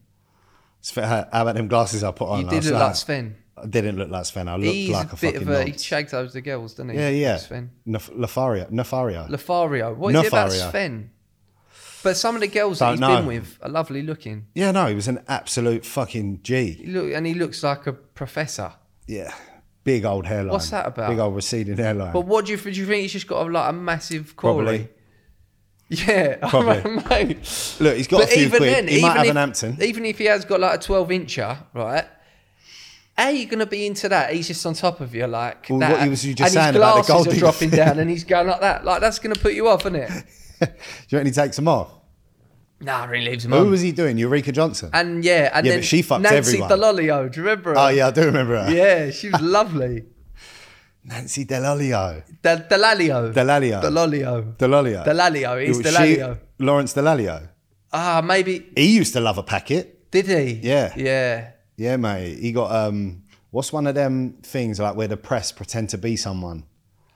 [SPEAKER 2] Sven, how how about them glasses I put on?
[SPEAKER 3] You
[SPEAKER 2] last
[SPEAKER 3] did look
[SPEAKER 2] night?
[SPEAKER 3] like Sven.
[SPEAKER 2] I didn't look like Sven. I looked
[SPEAKER 3] He's
[SPEAKER 2] like a,
[SPEAKER 3] a bit
[SPEAKER 2] fucking
[SPEAKER 3] of a. He
[SPEAKER 2] nonce.
[SPEAKER 3] shags over the girls, doesn't he?
[SPEAKER 2] Yeah, yeah.
[SPEAKER 3] Sven.
[SPEAKER 2] Nef- Lefaria. Nefaria.
[SPEAKER 3] Lefario. What is it about
[SPEAKER 2] Nefario.
[SPEAKER 3] Sven? But some of the girls
[SPEAKER 2] Don't
[SPEAKER 3] that he's
[SPEAKER 2] know.
[SPEAKER 3] been with are lovely looking.
[SPEAKER 2] yeah, no, he was an absolute fucking G.
[SPEAKER 3] He look, and he looks like a professor.
[SPEAKER 2] Yeah. Big old hairline.
[SPEAKER 3] What's that about?
[SPEAKER 2] Big old receding hairline.
[SPEAKER 3] But what do you, do you think he's just got a, like a massive quarry?
[SPEAKER 2] Probably.
[SPEAKER 3] Yeah,
[SPEAKER 2] Probably.
[SPEAKER 3] mate.
[SPEAKER 2] Look, he's got a few quid. he might have
[SPEAKER 3] if,
[SPEAKER 2] an Hampton.
[SPEAKER 3] Even if he has got like a twelve-incher, right? How are you going to be into that? He's just on top of you, like
[SPEAKER 2] Well,
[SPEAKER 3] that.
[SPEAKER 2] what you was- you just
[SPEAKER 3] and
[SPEAKER 2] saying
[SPEAKER 3] his
[SPEAKER 2] about the
[SPEAKER 3] glasses
[SPEAKER 2] gold
[SPEAKER 3] are
[SPEAKER 2] digger
[SPEAKER 3] dropping
[SPEAKER 2] thing.
[SPEAKER 3] down, and he's going like that. Like that's going to put you off, isn't it?
[SPEAKER 2] Do you reckon he takes them off?
[SPEAKER 3] Nah, really leaves him
[SPEAKER 2] Who
[SPEAKER 3] on.
[SPEAKER 2] was he doing? Eureka Johnson.
[SPEAKER 3] And yeah, and
[SPEAKER 2] Yeah,
[SPEAKER 3] then
[SPEAKER 2] but she fucked
[SPEAKER 3] Nancy
[SPEAKER 2] everyone.
[SPEAKER 3] Dallolio, do you remember her?
[SPEAKER 2] oh yeah, I do remember her.
[SPEAKER 3] Yeah, she was lovely.
[SPEAKER 2] Nancy Delalio.
[SPEAKER 3] Da- Dallalio.
[SPEAKER 2] Delalio.
[SPEAKER 3] Dallalio.
[SPEAKER 2] Delalio.
[SPEAKER 3] Dallalio. He's
[SPEAKER 2] It was she-
[SPEAKER 3] Dallalio.
[SPEAKER 2] Lawrence Delalio.
[SPEAKER 3] Ah, maybe.
[SPEAKER 2] He used to love a packet.
[SPEAKER 3] Did he?
[SPEAKER 2] Yeah.
[SPEAKER 3] Yeah.
[SPEAKER 2] Yeah, mate. He got um what's one of them things like where the press pretend to be someone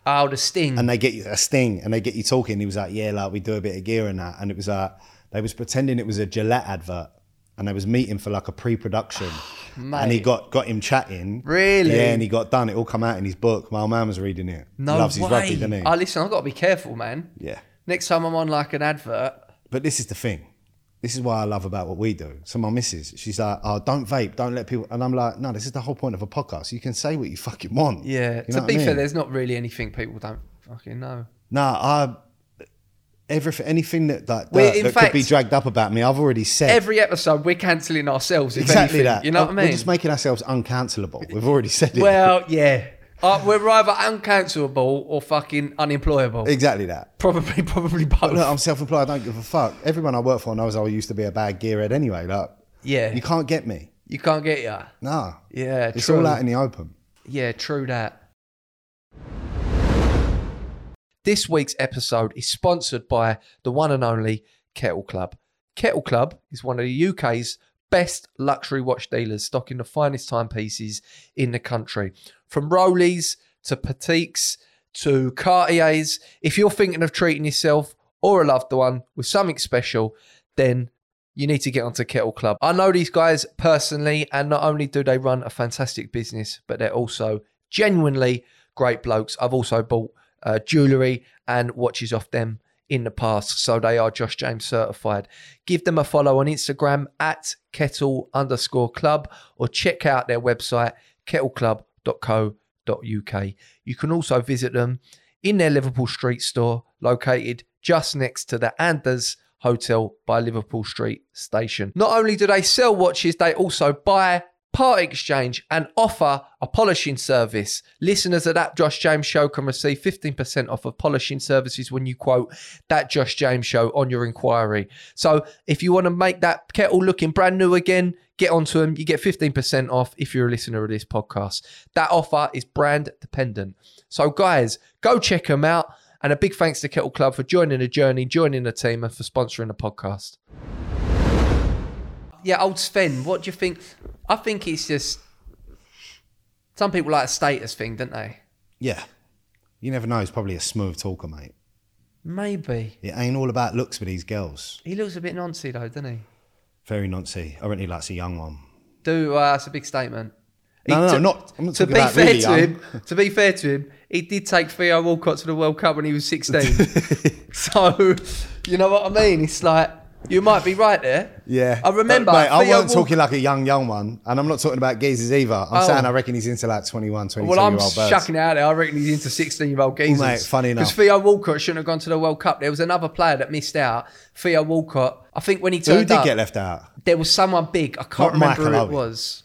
[SPEAKER 3] Oh, the sting.
[SPEAKER 2] and they get you a sting and they get you talking. He was like, Yeah, like we do a bit of gear and that and it was like they was pretending it was a Gillette advert and they was meeting for like a pre production. and he
[SPEAKER 3] mate.
[SPEAKER 2] got got him chatting.
[SPEAKER 3] Really?
[SPEAKER 2] Yeah, and he got done. It all come out in his book. My old man was reading it.
[SPEAKER 3] no
[SPEAKER 2] Loves
[SPEAKER 3] way.
[SPEAKER 2] his rugby, doesn't he?
[SPEAKER 3] Oh, listen, I've got to be careful, man.
[SPEAKER 2] yeah.
[SPEAKER 3] Next time I'm on like an advert,
[SPEAKER 2] But this is the thing. This is why I love about what we do. So my missus, she's like, "Oh, don't vape, don't let people." And I'm like, "No, this is the whole point of a podcast. You can say what you fucking want."
[SPEAKER 3] yeah.
[SPEAKER 2] You know
[SPEAKER 3] to
[SPEAKER 2] what
[SPEAKER 3] be
[SPEAKER 2] I mean?
[SPEAKER 3] fair, there's not really anything people don't fucking know.
[SPEAKER 2] nah, I everything, anything that that,
[SPEAKER 3] Well,
[SPEAKER 2] that,
[SPEAKER 3] in
[SPEAKER 2] that
[SPEAKER 3] fact-
[SPEAKER 2] could be dragged up about me, I've already said
[SPEAKER 3] Every episode, we're cancelling ourselves. If
[SPEAKER 2] exactly
[SPEAKER 3] anything,
[SPEAKER 2] that.
[SPEAKER 3] You know what I mean?
[SPEAKER 2] We're just making ourselves uncancelable. We've already said it.
[SPEAKER 3] well, yeah. Uh, we're either uncancelable or fucking unemployable.
[SPEAKER 2] exactly that.
[SPEAKER 3] Probably, probably both.
[SPEAKER 2] Look, I'm self-employed. I don't give a fuck. Everyone I work for knows I used to be a bad gearhead anyway. Like,
[SPEAKER 3] Yeah.
[SPEAKER 2] you can't get me.
[SPEAKER 3] you can't get ya.
[SPEAKER 2] Nah,
[SPEAKER 3] Yeah,
[SPEAKER 2] it's
[SPEAKER 3] true.
[SPEAKER 2] all out in the open.
[SPEAKER 3] Yeah, true that. This week's episode is sponsored by the one and only Kettle Club. Kettle Club is one of the UK's best luxury watch dealers, stocking the finest timepieces in the country. From Rolex to Patek's to Cartier's, if you're thinking of treating yourself or a loved one with something special, then you need to get onto Kettle Club. I know these guys personally, and not only do they run a fantastic business, but they're also genuinely great blokes. I've also bought uh, jewellery and watches off them in the past, so they are Josh James certified. Give them a follow on Instagram at kettle underscore club or check out their website kettleclub.co.uk. You can also visit them in their Liverpool Street store located just next to the Anders Hotel by Liverpool Street Station. Not only do they sell watches, they also buy, part exchange, and offer a polishing service. Listeners of that Josh James show can receive 15% off of polishing services when you quote that Josh James show on your inquiry. So if you want to make that kettle looking brand new again, get onto them. You get 15% off if you're a listener of this podcast. That offer is brand dependent. So, guys, go check them out. And a big thanks to Kettle Club for joining the journey, joining the team, and for sponsoring the podcast. Yeah, old Sven, what do you think? I think it's just some people like a status thing, don't they?
[SPEAKER 2] Yeah. You never know. He's probably a smooth talker, mate.
[SPEAKER 3] Maybe.
[SPEAKER 2] It ain't all about looks with these girls.
[SPEAKER 3] He looks a bit noncy though, doesn't he?
[SPEAKER 2] Very nancy. I really likes a young one.
[SPEAKER 3] Do uh, that's a big statement.
[SPEAKER 2] No, no,
[SPEAKER 3] to-
[SPEAKER 2] no, not- I'm not
[SPEAKER 3] to
[SPEAKER 2] talking
[SPEAKER 3] be
[SPEAKER 2] about
[SPEAKER 3] fair
[SPEAKER 2] really
[SPEAKER 3] to
[SPEAKER 2] young.
[SPEAKER 3] him. To be fair to him, he did take Theo Walcott to the World Cup when he was sixteen. so, you know what I mean? It's like you might be right there.
[SPEAKER 2] Yeah.
[SPEAKER 3] I remember.
[SPEAKER 2] But, mate, I
[SPEAKER 3] Theo
[SPEAKER 2] wasn't
[SPEAKER 3] Walcott-
[SPEAKER 2] talking like a young, young one. And I'm not talking about geezers either. I'm
[SPEAKER 3] Oh.
[SPEAKER 2] saying I reckon he's into like 21, 22
[SPEAKER 3] Well, I'm
[SPEAKER 2] year old birds.
[SPEAKER 3] shucking it out there. I reckon he's into 16 year old geezers.
[SPEAKER 2] mate, funny enough.
[SPEAKER 3] Because Theo Walcott shouldn't have gone to the World Cup. There was another player that missed out. Theo Walcott. I think when he
[SPEAKER 2] Who
[SPEAKER 3] turned
[SPEAKER 2] did
[SPEAKER 3] up,
[SPEAKER 2] get left out?
[SPEAKER 3] there was someone big. I can't
[SPEAKER 2] Not
[SPEAKER 3] remember
[SPEAKER 2] Michael
[SPEAKER 3] who
[SPEAKER 2] Owen.
[SPEAKER 3] it was.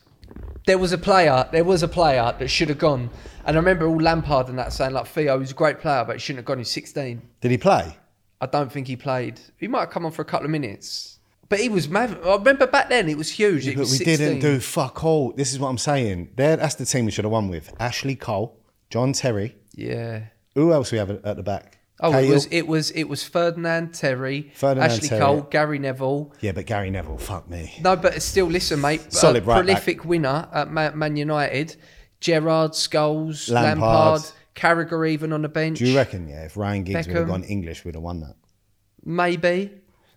[SPEAKER 3] There was a player. There was a player that should have gone. And I remember all Lampard and that saying like Theo was a great player, but he shouldn't have gone. He's 16.
[SPEAKER 2] Did he play?
[SPEAKER 3] I don't think he played. He might have come on for a couple of minutes. But he was mad. I remember back then it was huge. It
[SPEAKER 2] But
[SPEAKER 3] was
[SPEAKER 2] we
[SPEAKER 3] 16.
[SPEAKER 2] didn't do fuck all. This is what I'm saying. There, that's the team we should have won with. Ashley Cole, John Terry.
[SPEAKER 3] Yeah.
[SPEAKER 2] Who else we have at at the back?
[SPEAKER 3] Oh, it
[SPEAKER 2] Cahill?
[SPEAKER 3] was it was it was Ferdinand Terry,
[SPEAKER 2] Ferdinand
[SPEAKER 3] Ashley
[SPEAKER 2] Terry.
[SPEAKER 3] Cole, Gary Neville.
[SPEAKER 2] Yeah, but Gary Neville, fuck me.
[SPEAKER 3] No, but still, listen, mate. a
[SPEAKER 2] Solid right back.
[SPEAKER 3] prolific winner at Ma- Man United. Gerard, Scholes, Lampard.
[SPEAKER 2] Lampard.
[SPEAKER 3] Carragher, even on the bench.
[SPEAKER 2] Do you reckon, yeah, if Ryan Giggs would
[SPEAKER 3] Beckham.
[SPEAKER 2] have gone English, we'd have won that?
[SPEAKER 3] Maybe.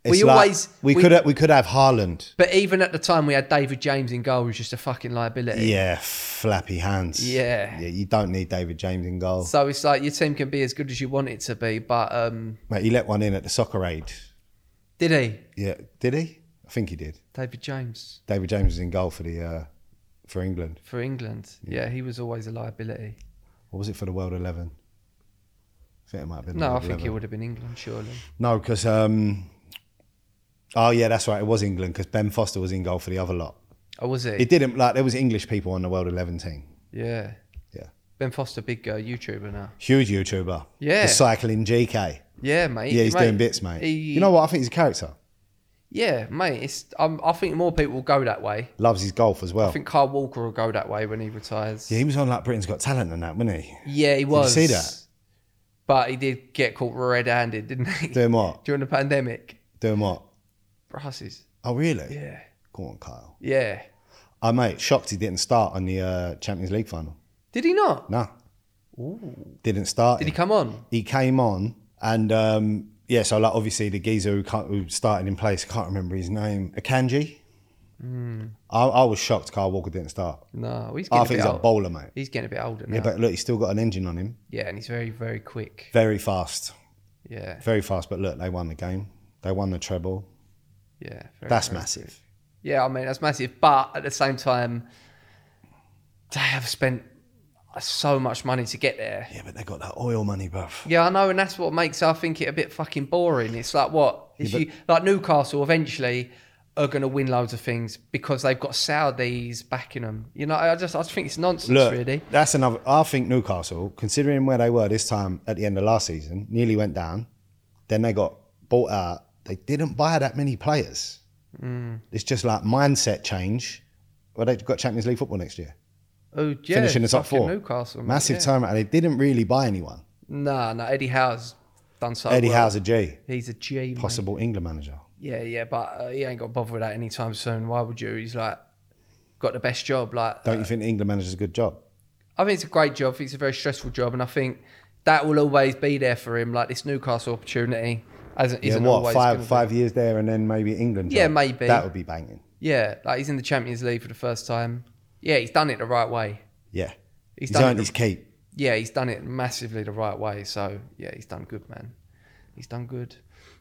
[SPEAKER 2] It's
[SPEAKER 3] we
[SPEAKER 2] like-
[SPEAKER 3] always
[SPEAKER 2] we, could have, we could have Haaland.
[SPEAKER 3] But even at the time, we had David James in goal, who was just a fucking liability.
[SPEAKER 2] Yeah, flappy hands.
[SPEAKER 3] Yeah.
[SPEAKER 2] yeah. You don't need David James in goal.
[SPEAKER 3] So it's like your team can be as good as you want it to be, but um,
[SPEAKER 2] Mate, he let one in at the soccer aid.
[SPEAKER 3] did he?
[SPEAKER 2] Yeah, did he? I think he did.
[SPEAKER 3] David James
[SPEAKER 2] David James was in goal for the uh, for England,
[SPEAKER 3] for England. Yeah, he was always a liability.
[SPEAKER 2] or was it for the World Eleven? I think it might have been.
[SPEAKER 3] No, I
[SPEAKER 2] World
[SPEAKER 3] think
[SPEAKER 2] 11.
[SPEAKER 3] it would have been England, surely.
[SPEAKER 2] No, because um, oh yeah, that's right. It was England because Ben Foster was in goal for the other lot.
[SPEAKER 3] Oh, was it?
[SPEAKER 2] It didn't like there was English people on the World Eleven team.
[SPEAKER 3] Yeah.
[SPEAKER 2] Yeah,
[SPEAKER 3] Ben Foster, big uh, YouTuber now.
[SPEAKER 2] huge YouTuber.
[SPEAKER 3] Yeah.
[SPEAKER 2] the cycling GK.
[SPEAKER 3] Yeah, mate.
[SPEAKER 2] Yeah, he's
[SPEAKER 3] mate,
[SPEAKER 2] doing bits, mate.
[SPEAKER 3] he-
[SPEAKER 2] You know what? I think he's a character.
[SPEAKER 3] Yeah, mate. It's um, I think more people will go that way.
[SPEAKER 2] Loves his golf as well.
[SPEAKER 3] I think Carl Walker will go that way when he retires.
[SPEAKER 2] Oh. yeah, he was on like Britain's Got Talent and that, wasn't he?
[SPEAKER 3] Yeah, he was.
[SPEAKER 2] see that?
[SPEAKER 3] But he did get caught red-handed, didn't he?
[SPEAKER 2] Doing what?
[SPEAKER 3] During the pandemic,
[SPEAKER 2] Doing what?
[SPEAKER 3] brasses.
[SPEAKER 2] Oh really?
[SPEAKER 3] Yeah,
[SPEAKER 2] Go on, Kyle.
[SPEAKER 3] yeah.
[SPEAKER 2] I mate, shocked he didn't start on the uh, Champions League final.
[SPEAKER 3] Did he not?
[SPEAKER 2] No. Didn't start.
[SPEAKER 3] Did he
[SPEAKER 2] him.
[SPEAKER 3] come on?
[SPEAKER 2] he came on and um, yeah, so like obviously the geezer who, can't, who started in place, I can't remember his name, Akanji.
[SPEAKER 3] Hmm.
[SPEAKER 2] I, I was shocked Kyle Walker didn't start.
[SPEAKER 3] No, he's getting
[SPEAKER 2] I
[SPEAKER 3] a bit
[SPEAKER 2] think he's a
[SPEAKER 3] old.
[SPEAKER 2] bowler, mate.
[SPEAKER 3] He's getting a bit older now.
[SPEAKER 2] Yeah,
[SPEAKER 3] Yeah,
[SPEAKER 2] but look, he's still got an engine on him.
[SPEAKER 3] and he's very, very quick.
[SPEAKER 2] Very fast.
[SPEAKER 3] Yeah,
[SPEAKER 2] Very fast, but look, they won the game. They won the treble.
[SPEAKER 3] yeah. Very,
[SPEAKER 2] That's
[SPEAKER 3] very
[SPEAKER 2] massive.
[SPEAKER 3] Yeah, I mean that's massive, but at the same time, they have spent so much money to get there.
[SPEAKER 2] Yeah, but they got that oil money, bruv.
[SPEAKER 3] Yeah, I know, and that's what makes I think it a bit fucking boring. It's like what if
[SPEAKER 2] Yeah, but-
[SPEAKER 3] you like Newcastle eventually are going to win loads of things because they've got Saudis backing them. You know, I just I just think it's nonsense,
[SPEAKER 2] Look,
[SPEAKER 3] really.
[SPEAKER 2] that's another. I think Newcastle, considering where they were this time at the end of last season, nearly went down. Then they got bought out. They didn't buy that many players.
[SPEAKER 3] Mm.
[SPEAKER 2] It's just like mindset change. Well, they've got Champions League football next year.
[SPEAKER 3] Oh, yeah,
[SPEAKER 2] Finishing the top
[SPEAKER 3] fucking
[SPEAKER 2] four.
[SPEAKER 3] Newcastle, mate,
[SPEAKER 2] Massive
[SPEAKER 3] yeah.
[SPEAKER 2] turnaround. They didn't really buy anyone.
[SPEAKER 3] Nah, nah, Eddie Howe's done so.
[SPEAKER 2] Eddie
[SPEAKER 3] Oh, well.
[SPEAKER 2] Howe's a G,
[SPEAKER 3] He's a G. mate.
[SPEAKER 2] possible England manager.
[SPEAKER 3] Yeah, yeah, but uh, he ain't got bothered with that anytime soon. Why would you? He's like got the best job. Like,
[SPEAKER 2] Don't you think the England manager's a good job?
[SPEAKER 3] I think it's a great job. It's a very stressful job, and I think that will always be there for him. Like this Newcastle opportunity, as
[SPEAKER 2] Yeah,
[SPEAKER 3] isn't
[SPEAKER 2] what
[SPEAKER 3] always
[SPEAKER 2] five
[SPEAKER 3] gonna be-
[SPEAKER 2] five years there and then maybe England.
[SPEAKER 3] Yeah,
[SPEAKER 2] job.
[SPEAKER 3] maybe.
[SPEAKER 2] that would be banging.
[SPEAKER 3] Yeah, like he's in the Champions League for the first time. Yeah, he's done it the right way.
[SPEAKER 2] Yeah,
[SPEAKER 3] He's
[SPEAKER 2] he's,
[SPEAKER 3] done
[SPEAKER 2] earned
[SPEAKER 3] it-
[SPEAKER 2] his keep.
[SPEAKER 3] Yeah, he's done it massively the right way. So yeah, he's done good, man. He's done good.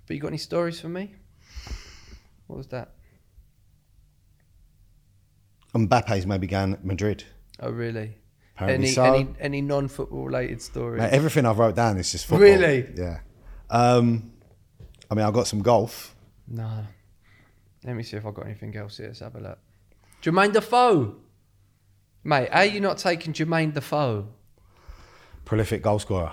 [SPEAKER 3] But you got any stories for me? What was that?
[SPEAKER 2] Mbappe's maybe going to Madrid.
[SPEAKER 3] Oh, really?
[SPEAKER 2] Apparently
[SPEAKER 3] any,
[SPEAKER 2] so.
[SPEAKER 3] any any non-football related stories?
[SPEAKER 2] Mate, everything I've wrote down is just football.
[SPEAKER 3] Really?
[SPEAKER 2] Yeah. Um, I mean, I got some golf.
[SPEAKER 3] No. Let me see if I've got anything else here. Let's have a look. Jermaine Defoe. Mate, how are you not taking Jermaine Defoe?
[SPEAKER 2] Prolific goal scorer.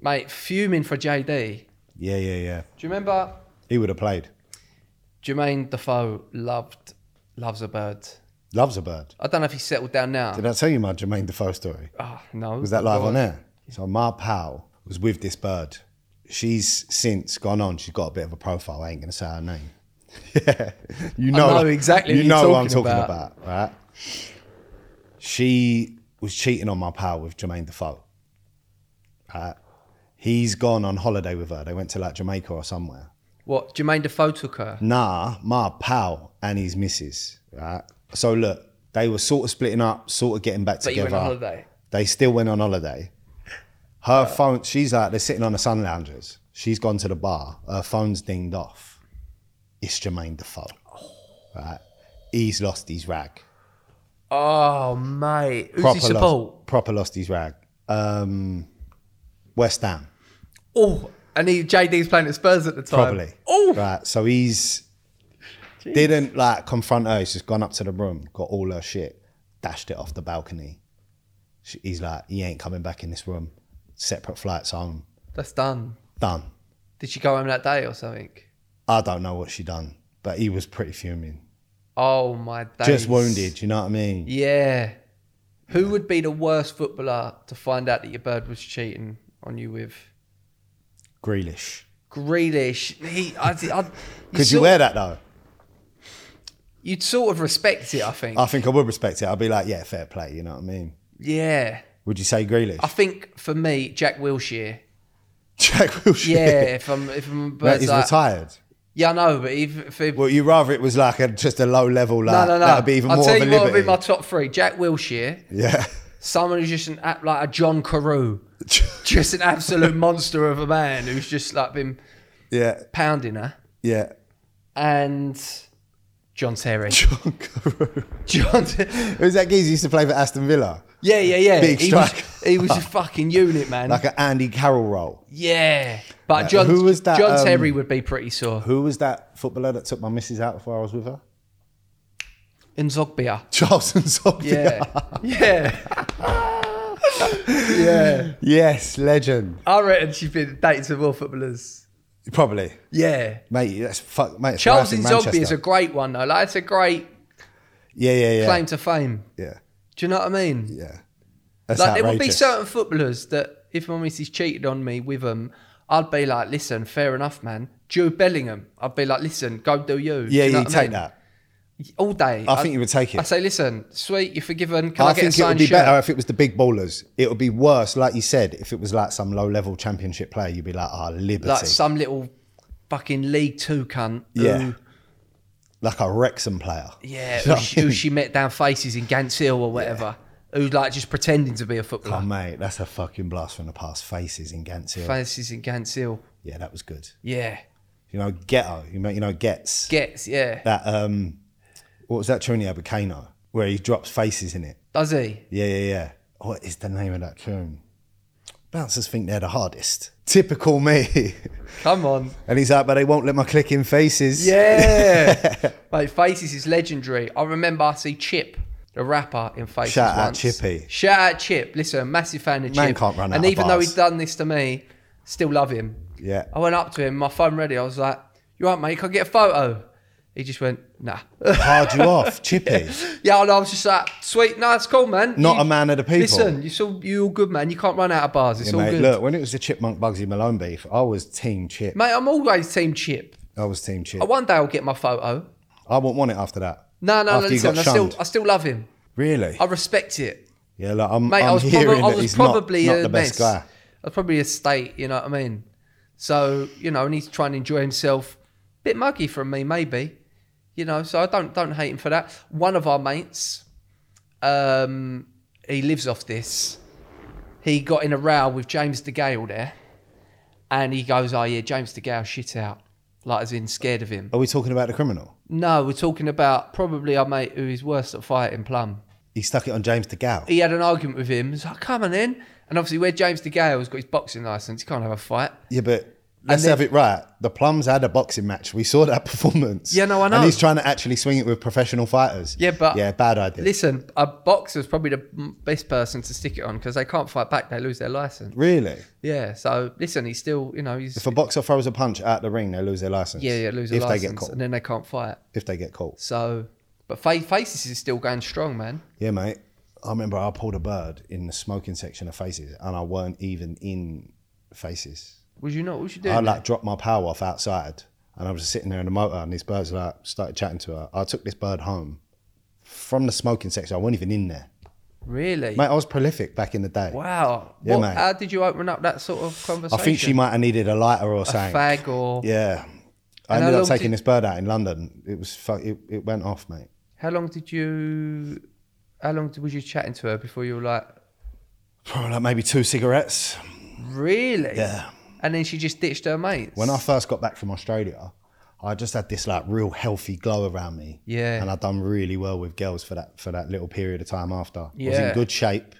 [SPEAKER 3] Mate, fuming for JD. Do
[SPEAKER 2] Yeah, yeah, yeah.
[SPEAKER 3] you remember
[SPEAKER 2] He would have played.
[SPEAKER 3] Jermaine Defoe loved loves a bird?
[SPEAKER 2] Loves a bird.
[SPEAKER 3] I don't know if he's settled down now.
[SPEAKER 2] Did I tell you my Jermaine Defoe story?
[SPEAKER 3] Ah, no.
[SPEAKER 2] Was that live
[SPEAKER 3] Go
[SPEAKER 2] on air? So Ma Powell was with this bird. She's since gone on. She's got a bit of a profile. I ain't going to say her name. yeah, you know,
[SPEAKER 3] know exactly
[SPEAKER 2] You
[SPEAKER 3] who
[SPEAKER 2] know
[SPEAKER 3] you're
[SPEAKER 2] what I'm
[SPEAKER 3] talking
[SPEAKER 2] talking
[SPEAKER 3] about.
[SPEAKER 2] about. right? She was cheating on my pal with Jermaine Defoe. Right? He's gone on holiday with her. They went to like Jamaica or somewhere.
[SPEAKER 3] What? Jermaine Defoe took her.
[SPEAKER 2] Nah, my pal and his missus, right? So look, they were sort of splitting up, sort of getting back
[SPEAKER 3] But you
[SPEAKER 2] together.
[SPEAKER 3] went on holiday.
[SPEAKER 2] They still went on holiday. Her phone, she's like, they're sitting on the sun loungers. She's gone to the bar. Her phone's dinged off. It's Jermaine Defoe, right? He's lost his rag.
[SPEAKER 3] Oh, mate. Who's he support?
[SPEAKER 2] lost, proper lost his rag. Um, West Ham.
[SPEAKER 3] Oh, and he JD's playing at Spurs at the time.
[SPEAKER 2] Probably.
[SPEAKER 3] Oh,
[SPEAKER 2] Right. So he's didn't like confront her. He's just gone up to the room, got all her shit, dashed it off the balcony. She, he's like, he ain't coming back in this room. Separate flights home.
[SPEAKER 3] that's done.
[SPEAKER 2] Done.
[SPEAKER 3] Did she go home that day or something?
[SPEAKER 2] I don't know what she done, but he was pretty fuming.
[SPEAKER 3] Oh my days.
[SPEAKER 2] Just wounded. You know what I mean?
[SPEAKER 3] Yeah. Who would be the worst footballer to find out that your bird was cheating on you with?
[SPEAKER 2] Grealish.
[SPEAKER 3] Grealish. He, I, I, you
[SPEAKER 2] Could you
[SPEAKER 3] sort-
[SPEAKER 2] wear that though?
[SPEAKER 3] You'd sort of respect it, I think.
[SPEAKER 2] I think I would respect it. I'd be like, yeah, fair play. You know what I mean?
[SPEAKER 3] yeah.
[SPEAKER 2] Would you say Grealish?
[SPEAKER 3] I think for me, Jack Wilshere.
[SPEAKER 2] Jack Wilshere.
[SPEAKER 3] Yeah, if I'm, if I'm a
[SPEAKER 2] Mate,
[SPEAKER 3] bird's
[SPEAKER 2] he's
[SPEAKER 3] like,
[SPEAKER 2] retired.
[SPEAKER 3] yeah, I know, but if, if he-
[SPEAKER 2] Well, you rather it was like a, just a low level, like
[SPEAKER 3] no, no, no,
[SPEAKER 2] that'd be even
[SPEAKER 3] I'll
[SPEAKER 2] more
[SPEAKER 3] tell
[SPEAKER 2] of a
[SPEAKER 3] you what would be
[SPEAKER 2] liberty.
[SPEAKER 3] my top three: Jack Wilshere,
[SPEAKER 2] yeah,
[SPEAKER 3] someone who's just an app like a John Carew, just an absolute monster of a man who's just like been
[SPEAKER 2] yeah,
[SPEAKER 3] pounding her.
[SPEAKER 2] yeah.
[SPEAKER 3] and John Terry.
[SPEAKER 2] John Carew.
[SPEAKER 3] John,
[SPEAKER 2] Who's that geezer used to play for Aston Villa?
[SPEAKER 3] yeah, yeah, yeah.
[SPEAKER 2] Big
[SPEAKER 3] he, was,
[SPEAKER 2] striker.
[SPEAKER 3] he was a fucking unit, man.
[SPEAKER 2] Like an Andy Carroll role.
[SPEAKER 3] yeah, but John,
[SPEAKER 2] who was that,
[SPEAKER 3] John
[SPEAKER 2] um,
[SPEAKER 3] Terry would be pretty sore.
[SPEAKER 2] Who was that footballer that took my missus out before I was with her?
[SPEAKER 3] And Zogbia.
[SPEAKER 2] Charles and
[SPEAKER 3] Yeah,
[SPEAKER 2] Sophia.
[SPEAKER 3] yeah.
[SPEAKER 2] yeah. Yes, legend.
[SPEAKER 3] I reckon she's been dating some more footballers.
[SPEAKER 2] Probably.
[SPEAKER 3] Yeah.
[SPEAKER 2] Mate, that's fuck, mate. it's
[SPEAKER 3] Charles
[SPEAKER 2] right in
[SPEAKER 3] Nzogbi is
[SPEAKER 2] Manchester.
[SPEAKER 3] a great one, though. Like, it's a great
[SPEAKER 2] Yeah, yeah, yeah.
[SPEAKER 3] claim to fame.
[SPEAKER 2] Yeah,
[SPEAKER 3] Do you know what I mean?
[SPEAKER 2] yeah. That's
[SPEAKER 3] Like there would be
[SPEAKER 2] outrageous.
[SPEAKER 3] certain footballers that if my missus cheated on me with them, I'd be like, listen, fair enough, man. Joe Bellingham, I'd be like, listen, go do you.
[SPEAKER 2] Yeah,
[SPEAKER 3] Do
[SPEAKER 2] you
[SPEAKER 3] know
[SPEAKER 2] yeah,
[SPEAKER 3] what I
[SPEAKER 2] take
[SPEAKER 3] mean?
[SPEAKER 2] that.
[SPEAKER 3] all day.
[SPEAKER 2] I think you would take it.
[SPEAKER 3] I say, listen, sweet, you're forgiven. Can I,
[SPEAKER 2] I think
[SPEAKER 3] get a
[SPEAKER 2] it would
[SPEAKER 3] signed
[SPEAKER 2] be
[SPEAKER 3] shirt?
[SPEAKER 2] better if it was the big ballers. It would be worse, like you said, if it was like some low level championship player. You'd be like, ah, liberty.
[SPEAKER 3] Like
[SPEAKER 2] Like,
[SPEAKER 3] some little fucking League Two cunt. who-
[SPEAKER 2] Yeah. a Wrexham player.
[SPEAKER 3] yeah.
[SPEAKER 2] You know
[SPEAKER 3] Who
[SPEAKER 2] what I
[SPEAKER 3] she, who
[SPEAKER 2] mean?
[SPEAKER 3] she met down faces in Gants Hill or whatever. Who like just pretending to be a
[SPEAKER 2] Oh,
[SPEAKER 3] footballer.
[SPEAKER 2] mate, that's a fucking blast from the past. Faces in Gantz Hill.
[SPEAKER 3] Faces in Gants Hill.
[SPEAKER 2] yeah, that was good.
[SPEAKER 3] Yeah.
[SPEAKER 2] You know, ghetto. You know, you know gets.
[SPEAKER 3] Gets, yeah.
[SPEAKER 2] that, um, what was that tune he had with Kano? Where he drops faces in it.
[SPEAKER 3] Does he?
[SPEAKER 2] Yeah, yeah, yeah. What is the name of that tune? Bouncers think they're the hardest. Typical me.
[SPEAKER 3] Come on.
[SPEAKER 2] and he's like, but they won't let my click in faces.
[SPEAKER 3] Yeah. Mate, Faces is legendary. I remember I see Chip, the rapper in Faces.
[SPEAKER 2] Shout out
[SPEAKER 3] once.
[SPEAKER 2] Chippy.
[SPEAKER 3] Shout out Chip. Listen, massive fan of
[SPEAKER 2] Man
[SPEAKER 3] Chip.
[SPEAKER 2] can't run out
[SPEAKER 3] And
[SPEAKER 2] of
[SPEAKER 3] even though
[SPEAKER 2] bars.
[SPEAKER 3] he's done this to me, still love him.
[SPEAKER 2] Yeah.
[SPEAKER 3] I went up to him, my phone ready. I was like, You all right, mate? Can I get a photo? He just went, nah.
[SPEAKER 2] Hard you off, chippy.
[SPEAKER 3] yeah, I know. I was just like, sweet, no, it's cool, man.
[SPEAKER 2] Not a man of the people.
[SPEAKER 3] Listen, you all you all good, man. You can't run out of bars. It's
[SPEAKER 2] Yeah,
[SPEAKER 3] all
[SPEAKER 2] mate,
[SPEAKER 3] good,
[SPEAKER 2] look, when it was the Chipmunk Bugsy Malone beef, I was team Chip.
[SPEAKER 3] mate. I'm always team chip.
[SPEAKER 2] I was team Chip.
[SPEAKER 3] Uh, One day I'll get my photo.
[SPEAKER 2] I wouldn't want it after that.
[SPEAKER 3] No, no, no.
[SPEAKER 2] after you
[SPEAKER 3] Listen,
[SPEAKER 2] got
[SPEAKER 3] I still,
[SPEAKER 2] shunned.
[SPEAKER 3] I still love him.
[SPEAKER 2] Really?
[SPEAKER 3] I respect it,
[SPEAKER 2] yeah, look, I'm,
[SPEAKER 3] mate. i
[SPEAKER 2] I'm
[SPEAKER 3] was,
[SPEAKER 2] hearing
[SPEAKER 3] probably, I
[SPEAKER 2] that
[SPEAKER 3] was
[SPEAKER 2] he's not-
[SPEAKER 3] probably
[SPEAKER 2] not,
[SPEAKER 3] a
[SPEAKER 2] the
[SPEAKER 3] mess.
[SPEAKER 2] best guy.
[SPEAKER 3] I was probably a state. You know what I mean? So you know, and he's trying to enjoy himself. Bit muggy from me, maybe. You know, so I don't don't hate him for that. One of our mates, um, he lives off this. He got in a row with James De Gale there, and he goes, "Oh yeah, James De Gale shit out." Like as in scared of him.
[SPEAKER 2] Are we talking about the criminal?
[SPEAKER 3] No, we're talking about probably our mate who is worse at fighting Plum.
[SPEAKER 2] He stuck it on James DeGal.
[SPEAKER 3] He had an argument with him. He's like, come on in. And obviously, where James De Gale's got his boxing license, he can't have a fight.
[SPEAKER 2] Yeah, but let's
[SPEAKER 3] then-
[SPEAKER 2] have it right. The Plums had a boxing match. We saw that performance.
[SPEAKER 3] Yeah, no, I know.
[SPEAKER 2] And he's trying to actually swing it with professional fighters.
[SPEAKER 3] Yeah, but
[SPEAKER 2] yeah, bad idea.
[SPEAKER 3] Listen, a boxer's probably the m- best person to stick it on because they can't fight back; they lose their license.
[SPEAKER 2] really?
[SPEAKER 3] Yeah. So listen, he's still, you know, he's
[SPEAKER 2] If a boxer throws a punch out the ring, they lose their license.
[SPEAKER 3] yeah, yeah, lose their
[SPEAKER 2] if
[SPEAKER 3] license,
[SPEAKER 2] they get caught.
[SPEAKER 3] and then they can't fight.
[SPEAKER 2] If they get caught.
[SPEAKER 3] So, but Fa- Faces is still going strong, man.
[SPEAKER 2] Yeah, mate. I remember I pulled a bird in the smoking section of Faces, and I weren't even in Faces.
[SPEAKER 3] Was you not? What was you doing?
[SPEAKER 2] I like dropped my power off outside, and I was just sitting there in the motor, and this bird's like started chatting to her. I took this bird home from the smoking section. I wasn't even in there,
[SPEAKER 3] really?
[SPEAKER 2] mate. I was prolific back in the day.
[SPEAKER 3] Wow.
[SPEAKER 2] Yeah,
[SPEAKER 3] what,
[SPEAKER 2] mate.
[SPEAKER 3] How did you open up that sort of
[SPEAKER 2] I
[SPEAKER 3] conversation?
[SPEAKER 2] think she might have needed a lighter or something.
[SPEAKER 3] fag or
[SPEAKER 2] Yeah, I
[SPEAKER 3] And how
[SPEAKER 2] ended
[SPEAKER 3] long
[SPEAKER 2] up taking
[SPEAKER 3] did-
[SPEAKER 2] this bird out in London. It was fu- it, it went off, mate.
[SPEAKER 3] How long did you? How long did- was you chatting to her before you were like,
[SPEAKER 2] Probably like maybe two cigarettes.
[SPEAKER 3] really?
[SPEAKER 2] Yeah.
[SPEAKER 3] And then she just ditched her mates.
[SPEAKER 2] When I first got back from Australia, I just had this like real healthy glow around me.
[SPEAKER 3] Yeah.
[SPEAKER 2] And I done really well with girls for that for that little period of time after. I was
[SPEAKER 3] Yeah.
[SPEAKER 2] in good shape.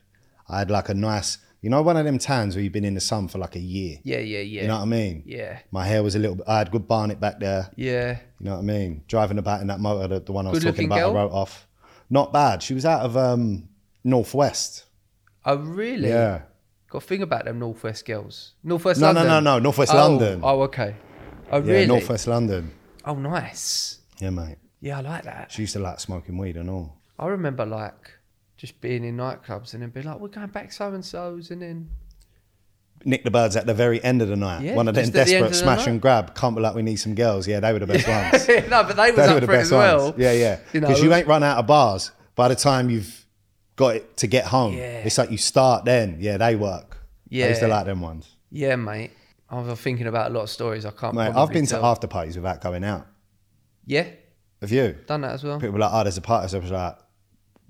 [SPEAKER 2] I had like a nice you know one of them tans where you've been in the sun for like a year.
[SPEAKER 3] yeah, yeah, yeah,
[SPEAKER 2] You know what I mean?
[SPEAKER 3] yeah,
[SPEAKER 2] My hair was a little bit I had good barnet back there.
[SPEAKER 3] yeah.
[SPEAKER 2] You know what I mean? Driving about in that motor, the, the one I was
[SPEAKER 3] Good
[SPEAKER 2] talking about
[SPEAKER 3] looking
[SPEAKER 2] I
[SPEAKER 3] girl?
[SPEAKER 2] wrote off. Not bad. She was out of um northwest.
[SPEAKER 3] Oh, really?
[SPEAKER 2] Yeah.
[SPEAKER 3] Got a thing about them Northwest girls. Northwest
[SPEAKER 2] No, no,
[SPEAKER 3] London.
[SPEAKER 2] no, no, Northwest
[SPEAKER 3] oh,
[SPEAKER 2] London.
[SPEAKER 3] Oh, okay. Oh,
[SPEAKER 2] Yeah,
[SPEAKER 3] really?
[SPEAKER 2] northwest London.
[SPEAKER 3] Oh, nice.
[SPEAKER 2] Yeah, mate.
[SPEAKER 3] Yeah, I like that.
[SPEAKER 2] She used to like smoking weed and all.
[SPEAKER 3] I remember like just being in nightclubs and then be like, we're going back so and so's, and then
[SPEAKER 2] Nick the Birds at the very end of the night.
[SPEAKER 3] Yeah,
[SPEAKER 2] One of them
[SPEAKER 3] just at the end
[SPEAKER 2] desperate
[SPEAKER 3] of the
[SPEAKER 2] smash
[SPEAKER 3] night.
[SPEAKER 2] and grab. Can't be like we need some girls. Yeah, they were the best ones.
[SPEAKER 3] no, but they was
[SPEAKER 2] They
[SPEAKER 3] up
[SPEAKER 2] were the
[SPEAKER 3] for it as
[SPEAKER 2] best
[SPEAKER 3] well.
[SPEAKER 2] ones. Yeah, yeah.
[SPEAKER 3] You know,
[SPEAKER 2] Because you, ain't run out of bars by the time you've got it to get home.
[SPEAKER 3] Yeah.
[SPEAKER 2] It's like you start then. Yeah, they work. I used to
[SPEAKER 3] Yeah.
[SPEAKER 2] like them ones.
[SPEAKER 3] Yeah, mate. I was thinking about a lot of stories. I can't.
[SPEAKER 2] Mate, I've
[SPEAKER 3] probably
[SPEAKER 2] been
[SPEAKER 3] tell.
[SPEAKER 2] to after parties without going out.
[SPEAKER 3] Yeah,
[SPEAKER 2] Have you?
[SPEAKER 3] done that as well.
[SPEAKER 2] People were like, oh, there's a party. So I was like,